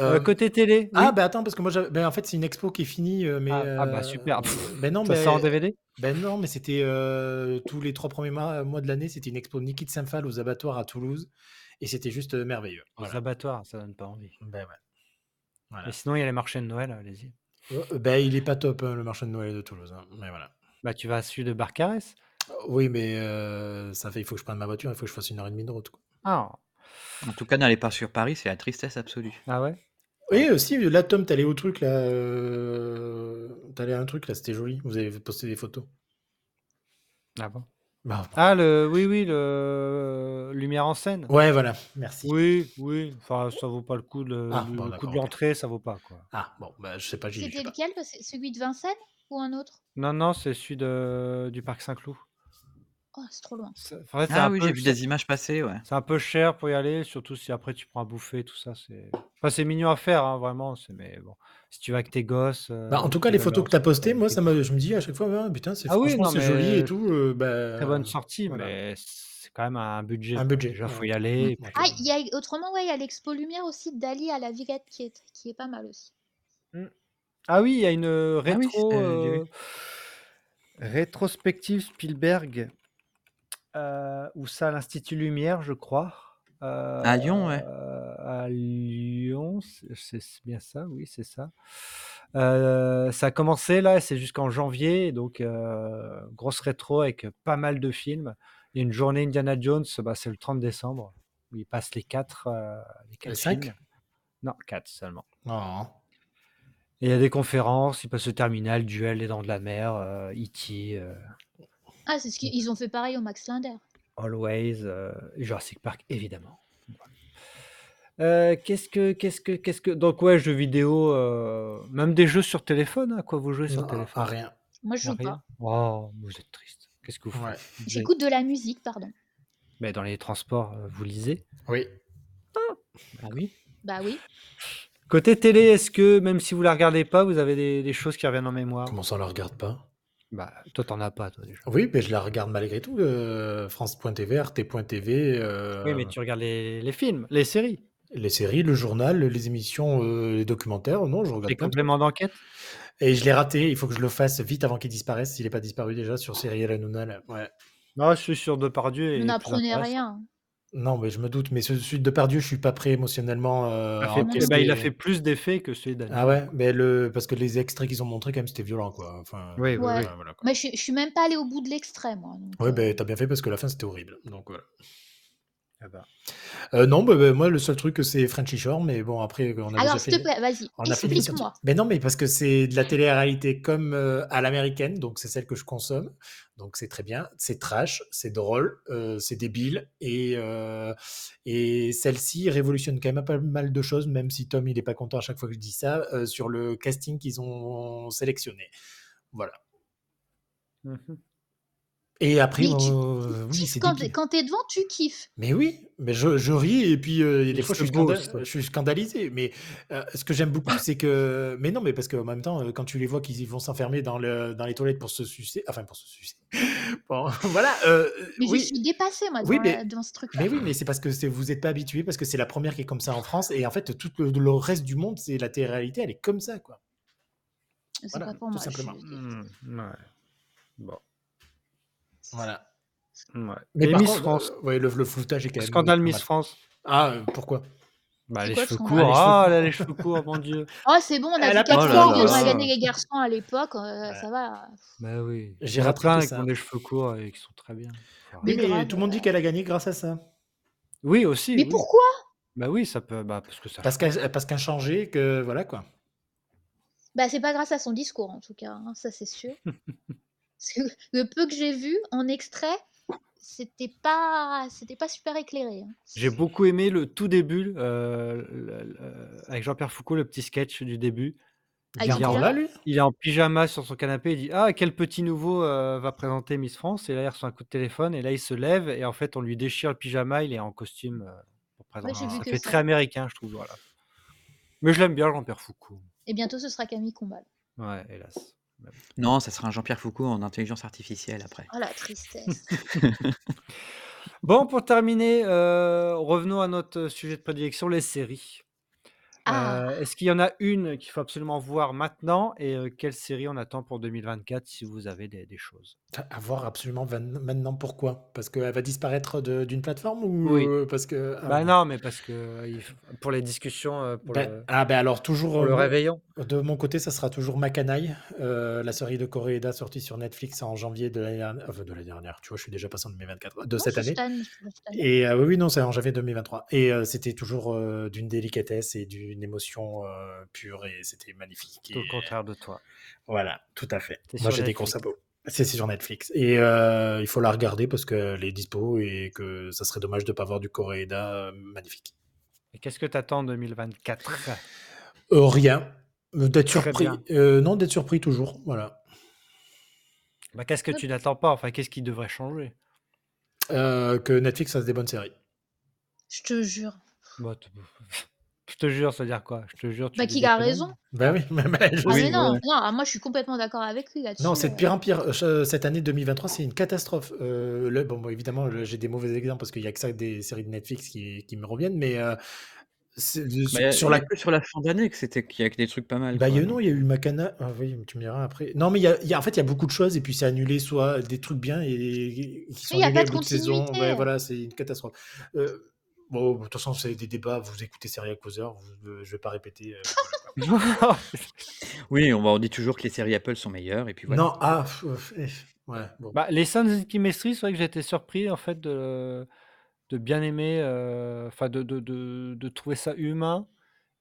S1: Euh,
S3: Euh, côté télé, oui.
S1: Ah, bah attends, parce que moi, j'avais- ben, en fait, c'est une expo qui est finie, euh, mais.
S3: Ah, ah bah
S1: euh,
S3: super. Pff,
S1: Ben non,
S3: ça
S1: mais.
S3: sort en DVD.
S1: Ben non, mais c'était euh, tous les trois premiers mois, mois de l'année, c'était une expo Niki de Saint-Phal aux abattoirs à Toulouse, et c'était juste euh, merveilleux.
S3: Les
S1: Voilà.
S3: abattoirs, ça donne pas envie.
S1: Ben, ouais. Voilà.
S3: Et sinon, il y a les marchés de Noël, allez-y.
S1: Euh, ben, il est pas top hein, le marché de Noël de Toulouse, hein, mais voilà.
S3: Bah, tu vas à celui de Barcarès.
S1: Oui, mais euh, ça fait, il faut que je prenne ma voiture, il faut que je fasse une heure et demie de route. quoi.
S3: Ah,
S4: En tout cas, n'allez pas sur Paris, c'est la tristesse absolue.
S3: ah ouais
S1: Et aussi, là, Tom, t'allais au truc là, euh, t'allais à un truc là, c'était joli. Vous avez posté des photos.
S3: Ah bon
S1: Bah,
S3: Ah, le, oui, oui, le Lumière en scène.
S1: Ouais, voilà. Merci.
S3: Oui, oui, enfin, ça vaut pas le coup, le,
S1: Ah,
S3: le-
S1: bon,
S3: le coup
S1: d'accord,
S3: de
S1: ok.
S3: l'entrée, ça vaut pas, quoi.
S1: Ah bon, bah, je sais pas, j'y je
S2: C'était
S1: sais pas.
S2: lequel parce que Celui de Vincennes ou un autre
S3: Non, non, c'est celui de, du Parc Saint-Cloud.
S2: Oh, c'est trop loin.
S3: C'est- En fait, c'est
S4: Ah
S3: un
S4: oui,
S3: peu-
S4: j'ai vu des images passer, ouais.
S3: c'est un peu cher pour y aller, surtout si après tu prends à bouffer, tout ça. C'est enfin, c'est mignon à faire, hein, vraiment. c'est- Mais bon, si tu vas avec tes gosses. euh,
S1: Bah, en tout cas, les photos que tu as postées, moi, ça m'a- je me dis à chaque fois, Ah, putain, c'est
S3: Ah oui,
S1: franchement,
S3: non,
S1: c'est
S3: mais
S1: joli et
S3: je-
S1: tout. euh, bah,
S3: Très bonne sortie,
S1: voilà.
S3: mais c'est quand même un budget.
S1: Un
S3: quoi.
S1: budget,
S3: Déjà, faut
S1: ouais.
S3: y aller. et puis,
S2: Ah,
S1: Ok.
S2: il y a, autrement, ouais, il y a l'expo Lumière aussi d'Ali à la Villette qui est, qui est pas mal aussi.
S3: Ah oui, il y a une euh,
S4: Ah oui,
S3: rétro,
S4: euh, j'ai vu.
S3: euh, rétrospective Spielberg, euh, ou ça, à l'Institut Lumière, je crois. euh,
S4: À Lyon, ouais.
S3: À Lyon, c'est- c'est c'est bien ça, oui, c'est ça. Euh, ça a commencé là, c'est jusqu'en janvier, donc euh, grosse rétro avec pas mal de films. Il y a une journée Indiana Jones, bah, c'est le 30 décembre, où il passe les quatre, euh, les quatre
S1: cinq
S3: films. Non, quatre seulement.
S1: Oh.
S3: Et il y a des conférences, il passe le terminal, duel, les dents de la mer, euh, E.T., euh,
S2: Ah, c'est ce qu'ils ont fait pareil au Max Linder.
S3: Always, euh, et Jurassic Park, évidemment. Euh, qu'est-ce que, qu'est-ce que, qu'est-ce que. Donc, ouais, jeux vidéo, euh, même des jeux sur téléphone, à quoi vous jouez sur
S1: Non,
S3: téléphone
S1: à rien.
S2: Moi, je
S3: À
S2: joue
S3: rien
S2: pas.
S3: Oh, vous êtes triste. Qu'est-ce que vous faites
S1: Ouais.
S2: J'écoute de la musique, pardon.
S3: Mais dans les transports, euh, vous lisez
S1: Oui.
S3: Ah oui.
S2: Bah oui.
S3: Côté télé, est-ce que même si vous la regardez pas, vous avez des, des choses qui reviennent en mémoire
S1: Comment ça, on la regarde pas
S3: Bah, toi, t'en as pas, toi déjà.
S1: Oui, mais je la regarde malgré tout. euh, France.tv, RT.tv, euh,
S3: Oui, mais tu regardes les, les films, les séries,
S1: les séries, le journal, les émissions, euh, les documentaires. Non, je regarde
S3: les
S1: Bah, pas.
S3: compléments d'enquête.
S1: Et je l'ai raté. Il faut que je le fasse vite avant qu'il disparaisse. S'il n'est pas disparu déjà sur
S3: Ah.
S1: Cyril Hanouna. là. Ouais.
S3: Non, Ah, je suis sur Depardieu. et
S2: Vous
S3: plus
S2: n'apprenez
S3: intéressant.
S2: rien.
S1: Non, mais je me doute. Mais ce celui de Pardieu, je suis pas prêt émotionnellement. euh,
S3: Il a,
S1: à
S3: fait,
S2: non,
S3: eh ben,
S1: encaisser.
S3: il a fait plus d'effets que celui d'Anne.
S1: Ah ouais, mais le parce que les extraits qu'ils ont montrés quand même c'était violent quoi. Enfin,
S2: Ouais.
S3: Oui, oui, oui.
S1: ouais, voilà, quoi.
S2: Mais je, je suis même pas allée au bout de l'extrait, moi. donc,
S1: Ouais,
S2: euh,
S1: ben, t'as bien fait parce que la fin c'était horrible. Donc voilà.
S3: Ah bah.
S1: Euh, non, ben, ben, moi le seul truc c'est Frenchy Shore, mais bon après on a déjà
S2: Alors,
S1: fait.
S2: s'il te plaît, vas-y,
S1: On a fait l'émission.
S2: explique-moi.
S1: Mais non, mais parce que c'est de la télé-réalité comme euh, à l'américaine, donc c'est celle que je consomme, donc c'est très bien. C'est trash, c'est drôle, euh, c'est débile, et, euh, et celle-ci révolutionne quand même pas mal de choses, même si Tom il est pas content à chaque fois que je dis ça, euh, sur le casting qu'ils ont sélectionné. Voilà.
S3: Mhm.
S1: Et après,
S2: Mais tu-
S1: euh,
S2: Tu
S1: oui,
S2: kiffes
S1: c'est
S2: quand,
S1: débile.
S2: quand t'es devant, tu kiffes.
S1: Mais oui, mais je, je ris et puis euh, et des
S3: Il
S1: fois
S3: se
S1: je suis, scanda-
S3: bosse.
S1: je suis scandalisé. Mais euh, ce que j'aime beaucoup, c'est que. Mais non, mais parce qu'en même temps, euh, quand tu les vois qu'ils y vont s'enfermer dans, le, dans les toilettes pour se sucer. Enfin, pour se sucer. Bon, voilà. euh,
S2: Mais je
S1: oui,
S2: suis dépassée, moi,
S1: Oui,
S2: devant,
S1: mais-
S2: la- devant ce truc-là.
S1: mais oui, mais c'est parce que c'est- vous n'êtes pas habitué, parce que c'est la première qui est comme ça en France. Et en fait, tout le, le reste du monde, c'est la télé-réalité, elle est comme ça, quoi.
S2: C'est
S1: Voilà,
S2: pas pour
S1: tout
S2: moi. je suis-
S1: simplement. Hmm.
S3: Mhm, ouais. Bon.
S1: Voilà.
S3: ouais.
S1: Mais
S3: Et
S1: par
S3: Miss
S1: contre,
S3: France.
S1: euh, ouais, le, le floutage est quand même.
S3: Scandale
S1: pas
S3: Miss
S1: mal.
S3: France.
S1: Ah, euh, pourquoi
S3: Bah,
S2: C'est
S3: les
S2: quoi le
S3: cheveux
S2: scandale
S3: courts.
S1: Les cheveux
S3: Ah,
S1: courts.
S3: elle a les cheveux courts, mon Dieu.
S2: Oh, c'est bon, on a
S1: Elle a
S2: vu
S1: pas
S2: quatre
S1: de
S2: fois
S1: cheveux.
S2: Orion
S3: Oh là là.
S2: Dragon et les garçons à l'époque. euh,
S1: Ouais.
S2: Ça va.
S3: Bah oui.
S1: J'ai
S3: Il y en a
S1: raté
S3: plein
S1: tout
S3: qui
S1: ça.
S3: ont des cheveux courts et qui sont très bien. Faut
S1: Oui,
S3: arrêter.
S2: Mais
S1: mais
S2: grave,
S1: tout le monde dit
S2: ouais.
S1: qu'elle a gagné grâce à ça.
S3: Oui, aussi.
S2: Mais
S3: oui.
S2: pourquoi
S3: Bah oui, ça peut. Bah, parce que ça.
S1: Parce qu'un parce qu'un changé, que voilà quoi.
S2: Bah, c'est pas grâce à son discours, en tout cas, hein, ça c'est sûr. Parce que le peu que j'ai vu en extrait, c'était pas, c'était pas super éclairé. hein.
S3: J'ai beaucoup aimé le tout début euh, le- le- avec Jean-Pierre Foucault, le petit sketch du début.
S2: Ah,
S1: Il est
S2: il est
S1: encore là,
S2: là
S1: lui
S3: Il est en pyjama sur son canapé, il dit Ah, quel petit nouveau euh, va présenter Miss France Et là, il reçoit un coup de téléphone, et là, il se lève, et en fait, on lui déchire le pyjama, il est en costume euh, pour présenter.
S2: j'ai vu
S3: ça
S2: que
S3: fait
S2: ça.
S3: très américain, je trouve. Voilà. Mais je l'aime bien, Jean-Pierre Foucault.
S2: Et bientôt, ce sera Camille Combal.
S3: Ouais, hélas.
S4: Non, ça sera un Jean-Pierre Foucault en intelligence artificielle après.
S2: Oh la tristesse.
S1: Euh,
S3: Bon, pour terminer, euh, revenons à notre sujet de prédilection les séries.
S2: Ah,
S3: Euh, Est-ce qu'il y en a une qu'il faut absolument voir maintenant Et euh, quelle série on attend pour 2024 si vous avez des, des choses
S1: À voir absolument van- maintenant pourquoi Parce qu'elle va disparaître de- d'une plateforme ou
S3: Oui.
S1: euh, parce que. Ah,
S3: Bah
S1: bon.
S3: non, mais parce que euh, il f- pour les discussions, euh, pour,
S1: Ben-
S3: le,
S1: ah, ben alors, toujours.
S3: pour le
S1: euh,
S3: réveillon.
S1: mon- de mon côté, ça sera toujours Macanaï, euh, la série de Koreeda sortie sur Netflix en janvier de l'année dernière. Enfin, de l'année dernière, tu vois, je suis déjà passant de mes 24 de
S2: non,
S1: cette
S2: c'est
S1: année.
S2: cette année, je crois, cette année.
S1: Et euh, oui, oui, non, c'est en janvier 2023. Et euh, c'était toujours euh, d'une délicatesse et d'une émotion euh, pure et c'était magnifique.
S3: Tout le
S1: Et-
S3: contraire de toi.
S1: Voilà, tout à fait.
S3: C'est
S1: Moi,
S3: sur
S1: j'ai des gros
S3: Netflix.
S1: sabots. C'est c'est sur Netflix. Et euh, il faut la regarder parce qu'elle est dispo et que ça serait dommage de ne pas voir du Coréeda euh, magnifique.
S3: Et qu'est-ce que t'attends en 2024
S1: Euh, rien. Euh, D'être
S3: Très
S1: surpris.
S3: bien.
S1: Euh, non, d'être surpris toujours. Voilà.
S3: bah, Qu'est-ce que
S2: Hop.
S3: tu n'attends pas Enfin, qu'est-ce qui devrait changer
S1: Euh, que Netflix fasse des bonnes séries.
S2: Je te jure.
S3: Bah, t- Je te jure, ça veut dire quoi Je te jure, tu
S2: Bah,
S3: dis
S2: qu'il
S3: des
S2: a
S3: conneries.
S2: raison.
S1: Ben oui, je
S2: Ah,
S1: sais,
S2: mais non,
S1: ouais.
S2: non, ah, moi je suis complètement d'accord avec lui là-dessus.
S1: Non, c'est de
S2: euh.
S1: pire en pire. Euh, ch- Cette année 2023, c'est une catastrophe. Euh, là, bon, bon, évidemment, là, j'ai des mauvais exemples parce qu'il n'y a que ça des séries de Netflix qui, qui me reviennent, mais euh, c'est-
S4: Bah, y a-
S1: sur, sur
S4: y a
S1: la
S4: que sur la fin d'année que c'était qu'il y a que des trucs pas mal.
S1: Bah,
S4: quoi,
S1: il y a-
S4: donc.
S1: non, il y a eu Macana. Ah oui, mais tu me diras après. Non, mais il y a, il y a- en fait, il y a beaucoup de choses et puis c'est annulé, soit des trucs bien et, et qui sont
S2: il y a
S1: annulés
S2: pas
S1: au
S2: de
S1: bout de saison. Ouais,
S2: continuité.
S1: voilà, c'est une catastrophe. Euh, bon, de toute façon, c'est des débats. Vous écoutez Serial Causer, vous, euh, je vais pas répéter. euh, voilà, quoi.
S4: Oui, on, va- on dit toujours que les séries Apple sont meilleures et puis voilà.
S1: Non, ah, pff, euh, eh, ouais, bon.
S3: Bah, les Sons of Chemistry, c'est vrai que j'étais surpris en fait de, de bien aimer, euh, enfin de, de, de, de trouver ça humain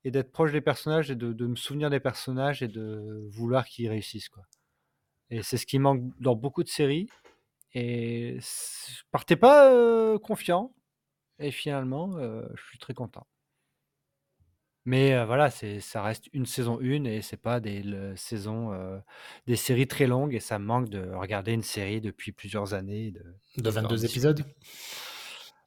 S3: et d'être proche des personnages et de, de me souvenir des personnages et de vouloir qu'ils réussissent quoi. Et c'est ce qui manque dans beaucoup de séries. Et s- partez pas euh, confiant. Et finalement, euh, je suis très content. Mais euh, voilà, c'est ça reste une saison 1 et c'est pas des le- saisons euh, des séries très longues et ça me manque de regarder une série depuis plusieurs années. De,
S1: De
S3: de voir un
S1: 22
S3: petit peu.
S1: épisodes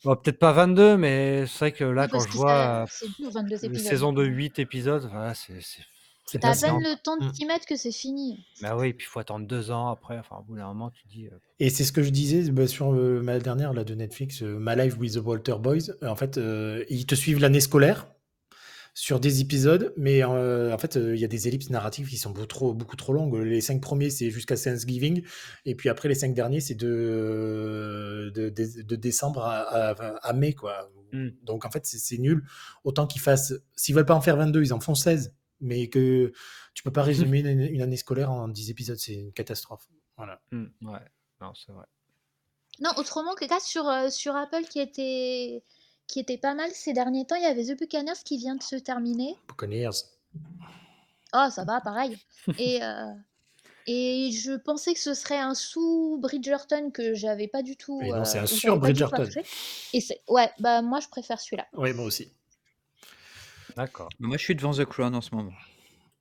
S3: Bon, peut-être pas 22, mais c'est vrai que là,
S2: Oui,
S3: quand
S2: parce
S3: je
S2: que ça-
S3: vois
S2: c'est dur, 22
S3: euh, une
S2: épisodes.
S3: saison de 8 épisodes, voilà, c'est c'est-
S1: C'est
S3: c'est
S2: T'as à
S1: passé.
S2: peine
S3: énorme.
S2: le temps de
S1: Mm.
S2: t'y mettre que c'est fini.
S3: Bah oui, puis il faut attendre deux ans après. Enfin, au bout d'un moment, tu dis. euh,
S1: Et c'est ce que je disais bah, sur euh, ma dernière là, de Netflix, euh, My Life with the Walter Boys. Euh, en fait, euh, ils te suivent l'année scolaire sur des épisodes, mais euh, en fait, euh, il y a des ellipses narratives qui sont beaucoup trop, beaucoup trop longues. Les cinq premiers, c'est jusqu'à Thanksgiving, et puis après, les cinq derniers, c'est de, de, de- de décembre à, à- à mai. Quoi.
S3: Hmm.
S1: Donc, en fait, c'est c'est nul. Autant qu'ils fassent, s'ils veulent pas en faire 22, ils en font 16, mais que tu peux pas résumer une, une année scolaire en 10 épisodes, c'est une catastrophe. Voilà.
S3: Hmm, ouais, non, c'est vrai.
S2: Non, autrement que là, sur, euh, sur Apple qui était, qui était pas mal ces derniers temps, il y avait The Buccaneers qui vient de se terminer.
S1: Buccaneers.
S2: Oh, ça va, pareil. Et, euh, et je pensais que ce serait un sous Bridgerton que j'avais pas du tout,
S1: Mais non, c'est
S2: euh,
S1: un
S2: où
S1: sur
S2: j'avais pas du tout
S1: Bridgerton.
S2: accroché. Et c'est ouais, bah moi je préfère celui-là.
S1: Oui, moi aussi.
S3: D'accord.
S4: Bah, Moi, je suis devant The Crown en ce moment.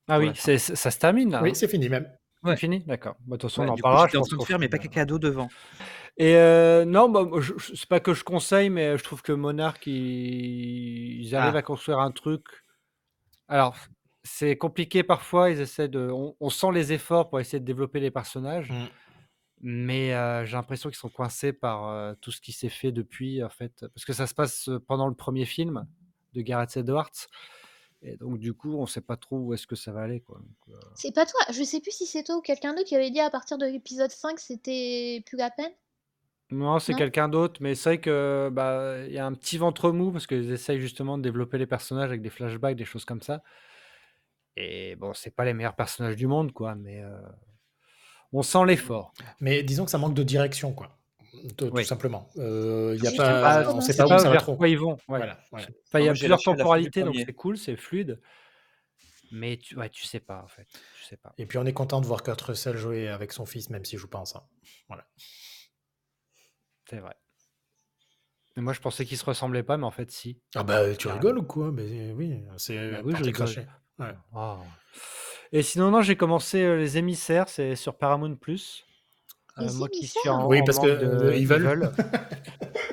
S3: Ah
S4: Pour
S3: oui,
S4: l'instant.
S3: c'est- c'est- ça se termine là.
S1: Oui,
S3: hein
S1: c'est fini même.
S3: C'est
S4: Ouais.
S3: fini D'accord. Bah, De toute façon,
S4: Ouais,
S3: on en
S4: du coup,
S3: parlera.
S4: j'étais
S3: Je
S4: en
S3: pense
S4: train de
S3: qu'au
S4: faire mes
S3: final.
S4: paquets cadeaux devant.
S3: Et euh, non, bah, moi, je- je- c'est pas que je conseille, mais euh, je trouve que Monarch, ils, ils arrivent
S4: Ah,
S3: à construire un truc. Alors, c'est compliqué parfois. Ils essaient de. On, on sent les efforts pour essayer de développer les personnages,
S1: Mm.
S3: mais euh, j'ai l'impression qu'ils sont coincés par euh, tout ce qui s'est fait depuis, en fait, parce que ça se passe euh, pendant le premier film de Gareth Edwards, et donc du coup, on sait pas trop où est-ce que ça va aller, quoi. Donc, euh,
S2: C'est pas toi, je sais plus si c'est toi ou quelqu'un d'autre qui avait dit à partir de l'épisode 5 c'était plus la peine.
S3: Non, c'est
S2: Non
S3: quelqu'un d'autre, mais c'est vrai que bah il y a un petit ventre mou parce qu'ils essayent justement de développer les personnages avec des flashbacks, des choses comme ça. Et bon, c'est pas les meilleurs personnages du monde, quoi, mais euh, on sent l'effort.
S1: Mais disons que ça manque de direction, quoi. Tout, tout
S3: Oui.
S1: simplement. Euh, Il y a
S2: Je sais pas
S3: Bah,
S1: pas, on
S2: comment
S1: sait
S3: c'est
S1: pas
S2: c'est.
S1: où
S3: pas
S1: ça va
S3: vers
S1: trop.
S3: quoi ils vont. Ouais.
S1: Voilà,
S3: Je-
S1: voilà.
S3: enfin, il y
S4: moi,
S3: a
S4: j'ai
S3: plusieurs
S4: lâché à la fin du
S3: temporalités, donc
S4: premier.
S3: c'est cool, c'est fluide, mais tu, ouais, tu sais pas en fait, tu sais pas.
S1: Et puis on est content de voir Kurt Russell jouer avec son fils, même s'il joue pas ensemble. Voilà.
S3: C'est vrai. Et moi, je pensais qu'ils se ressemblaient pas, mais en fait, si.
S1: Ah bah tu
S3: Carrément.
S1: rigoles ou quoi Mais euh, oui, c'est
S3: Bah
S1: euh,
S3: oui, je
S1: parti
S3: rigole.
S1: craché. Ouais.
S3: Oh. Et sinon, non, j'ai commencé euh, les émissaires, c'est sur Paramount Plus. Euh,
S2: Les
S3: moi qui suis
S2: émissaires
S3: en,
S1: Oui,
S3: en
S1: parce que
S3: manque
S1: euh,
S3: de
S1: ils veulent.
S3: Evil.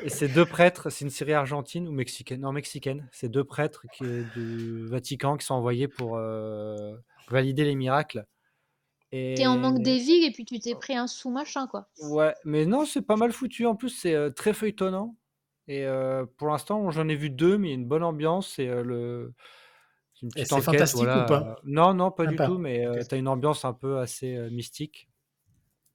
S3: Et c'est deux prêtres, c'est une série argentine ou mexicaine Non, mexicaine. C'est deux prêtres qui, du Vatican qui sont envoyés pour euh, valider les miracles.
S2: T'es en manque des
S3: Et
S2: villes et puis tu t'es
S1: Oh.
S2: pris un sous machin quoi.
S3: ouais, mais non, c'est pas mal foutu. En plus, c'est euh, très feuilletonnant. Et euh, pour l'instant, j'en ai vu deux, mais il y a une bonne ambiance. Et euh, le... c'est une
S1: Et
S3: petite
S1: c'est
S3: enquête,
S1: fantastique ou
S3: voilà.
S1: pas
S3: Non, non, pas
S1: Même
S3: du tout,
S1: pas.
S3: mais
S1: Ok.
S3: tu as une ambiance un peu assez euh, mystique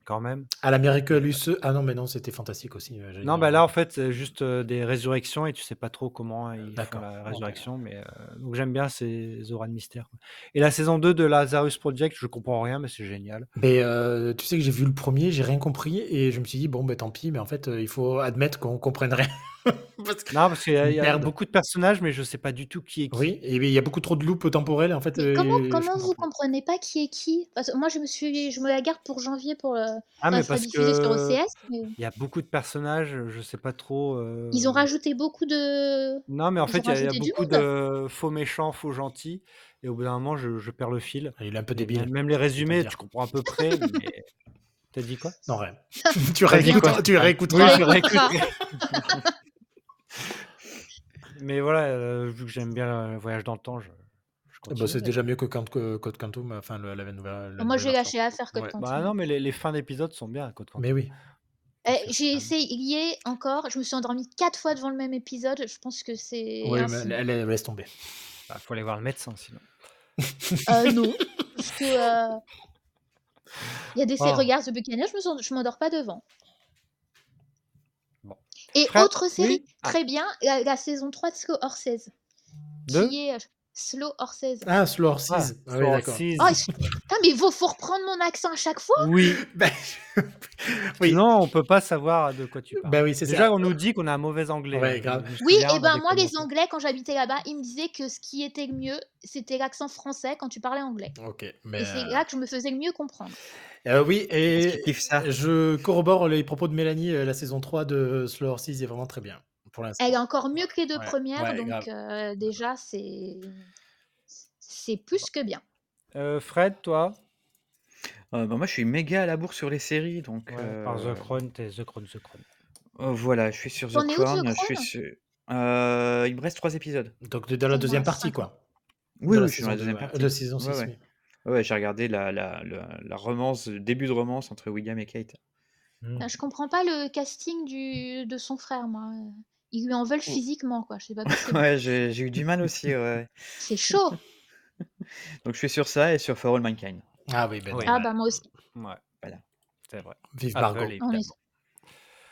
S3: quand même.
S1: À l'Americulus. Ah non, mais non, c'était fantastique aussi. euh, J'allais
S3: Non,
S1: dire.
S3: bah là, en fait, c'est juste euh, des résurrections et tu sais pas trop comment euh, ils font
S1: D'accord.
S3: la
S1: Ok.
S3: résurrection. Mais euh, donc, j'aime bien ces auras de mystère. quoi. Et la saison 2 de Lazarus Project, je comprends rien, mais c'est génial.
S1: Mais euh, tu sais que j'ai vu le premier, j'ai rien compris et je me suis dit bon ben tant pis, mais en fait euh, il faut admettre qu'on comprenne rien parce que
S3: Non, parce qu'il y,
S1: c'est
S3: a il
S1: une
S3: y a
S1: merde.
S3: beaucoup de personnages, mais je sais pas du tout qui est qui.
S1: Oui, et il y a beaucoup trop de loupes temporelles. En fait,
S2: Mais comment
S1: euh, je
S2: comment
S1: comprends
S2: vous
S1: plus.
S2: comprenez pas qui est qui Parce que moi je me suis je me la garde pour janvier pour euh, le
S3: Ah,
S2: quand elle
S3: mais
S2: sera
S3: parce
S2: diffusée sur
S3: que euh,
S2: OCS mais
S3: il y a beaucoup de personnages, je sais pas trop.
S2: ils ont
S3: euh,
S2: rajouté beaucoup de
S3: Non, mais en
S2: ils ont
S3: fait, il y, a il y a
S2: rajouté du
S3: beaucoup
S2: monde.
S3: de faux méchants, faux gentils. Et au bout d'un moment, je, je perds le fil.
S1: Il est un peu
S3: Et même,
S1: débile,
S3: même les
S1: autant
S3: résumés, tu
S1: dire.
S3: comprends à peu près, mais t'as dit quoi
S1: Non, rien. tu,
S3: T'as dit quoi
S1: réécouteras, tu
S3: Ah, Oui,
S1: réécouteras.
S3: je
S2: réécouteras.
S3: réécouterai. Mais voilà, euh, vu que j'aime bien le voyage dans le temps, je, je
S1: Bah,
S3: continue.
S1: c'est déjà mieux que Count- que Code Quantum, enfin le- la, nouvelle, la
S2: Moi
S1: nouvelle
S2: j'ai
S1: version.
S2: lâché l'affaire Code
S1: Ouais.
S3: Bah
S2: Quantum.
S3: non, mais les, les fins d'épisodes sont bien à Code
S1: Mais
S3: Quantum.
S1: oui.
S2: Euh,
S3: Parce que c'est
S2: j'ai
S3: quand même-
S2: essayé encore, je me suis endormie quatre fois devant le même épisode, je pense que c'est
S1: Oui, mais
S2: ainsi.
S1: la- la- laisse tomber.
S3: bah, faut aller voir le médecin sinon.
S2: Euh, non, parce que euh, il y a des séries,
S3: Oh,
S2: regarde The Buccaneers, je me sens- je m'endors pas devant.
S3: bon.
S2: Et
S3: Frère,
S2: autre série,
S3: oui Ah,
S2: très bien, la, la saison 3 de Slow Horses,
S3: deux
S2: qui est euh, Slow Horses.
S1: Ah, Slow
S3: Ah,
S1: Horses. Ah oui,
S3: Floor
S1: d'accord.
S2: Oh,
S3: Seas.
S2: ils sont- Putain, mais il faut reprendre mon accent à chaque fois.
S3: Oui,
S1: Ben, oui.
S3: sinon on peut pas savoir de quoi tu
S4: Bah
S3: parles.
S1: Ben oui, c'est
S3: Déjà,
S1: ça.
S3: on nous dit qu'on a un mauvais anglais.
S1: Ouais,
S3: hein. Je
S1: grave.
S3: me
S2: Oui,
S3: souviens,
S2: et
S3: on
S2: ben
S3: avait
S2: moi, les
S3: commenté.
S2: Anglais, quand j'habitais là-bas, ils me disaient que ce qui était le mieux, c'était l'accent français quand tu parlais anglais.
S1: Ok,
S2: Et
S1: mais
S2: c'est
S1: euh,
S2: là que je me faisais le mieux comprendre.
S1: euh, oui,
S4: est-ce qu'ils
S1: et
S4: kiffent ça
S1: je corrobore les propos de Mélanie. euh, La saison 3 de Slow Horses est vraiment très bien pour
S2: Elle est
S1: l'instant.
S2: encore mieux
S1: Ouais,
S2: que les deux
S1: ouais,
S2: premières,
S1: ouais,
S2: donc
S1: grave.
S2: euh, déjà, c'est. c'est plus que bien.
S3: Euh, Fred, toi
S4: Euh, bah, moi, je suis méga à la bourre sur les séries, donc
S3: Ouais, Par
S4: euh,
S3: The Crown, t'es The Crown, The Crown.
S4: euh, voilà, je suis sur
S2: T'en
S4: The
S2: es où de The
S4: Crown, je suis
S2: Crown
S4: sur... Euh, il me reste trois épisodes.
S1: Donc de- dans la
S2: Il
S1: deuxième
S2: reste
S1: partie,
S2: cinq.
S1: quoi.
S4: Oui,
S1: dans
S4: oui,
S1: la
S4: je suis dans
S1: saison
S4: la
S1: 2,
S4: deuxième
S1: ouais. de la
S4: partie.
S1: saison
S4: Ouais,
S1: 6.
S4: ouais. Ouais, j'ai regardé la, la, la, la romance, le début de romance entre William et Kate.
S3: Hmm.
S2: Enfin, je comprends pas le casting du, de son frère, moi. Ils lui en veulent
S4: Ouh.
S2: physiquement, quoi. Je sais pas possible.
S4: Ouais, j'ai j'ai eu du mal aussi, ouais.
S2: C'est chaud.
S4: Donc je suis sur ça et sur For All Mankind.
S1: Ah oui, ben
S3: Oui.
S1: non.
S2: Ah bah moi aussi.
S3: Ouais.
S4: Voilà.
S3: C'est vrai.
S1: vive
S3: Apple,
S1: Margot.
S2: On est-
S3: évidemment.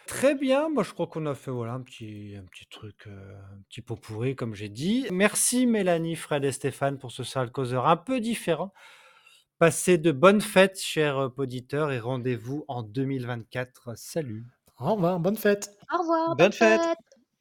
S3: Très bien, moi je crois qu'on a fait voilà un petit, un petit truc, euh, un petit pot pourri comme j'ai dit. Merci Mélanie, Fred et Stéphane pour ce sale causeur un peu différent. Passez de bonnes fêtes, chers euh, auditeurs, et rendez-vous en 2024. Salut.
S1: Au revoir, bonne fête.
S2: Au revoir.
S4: Bonne fête.
S2: fête.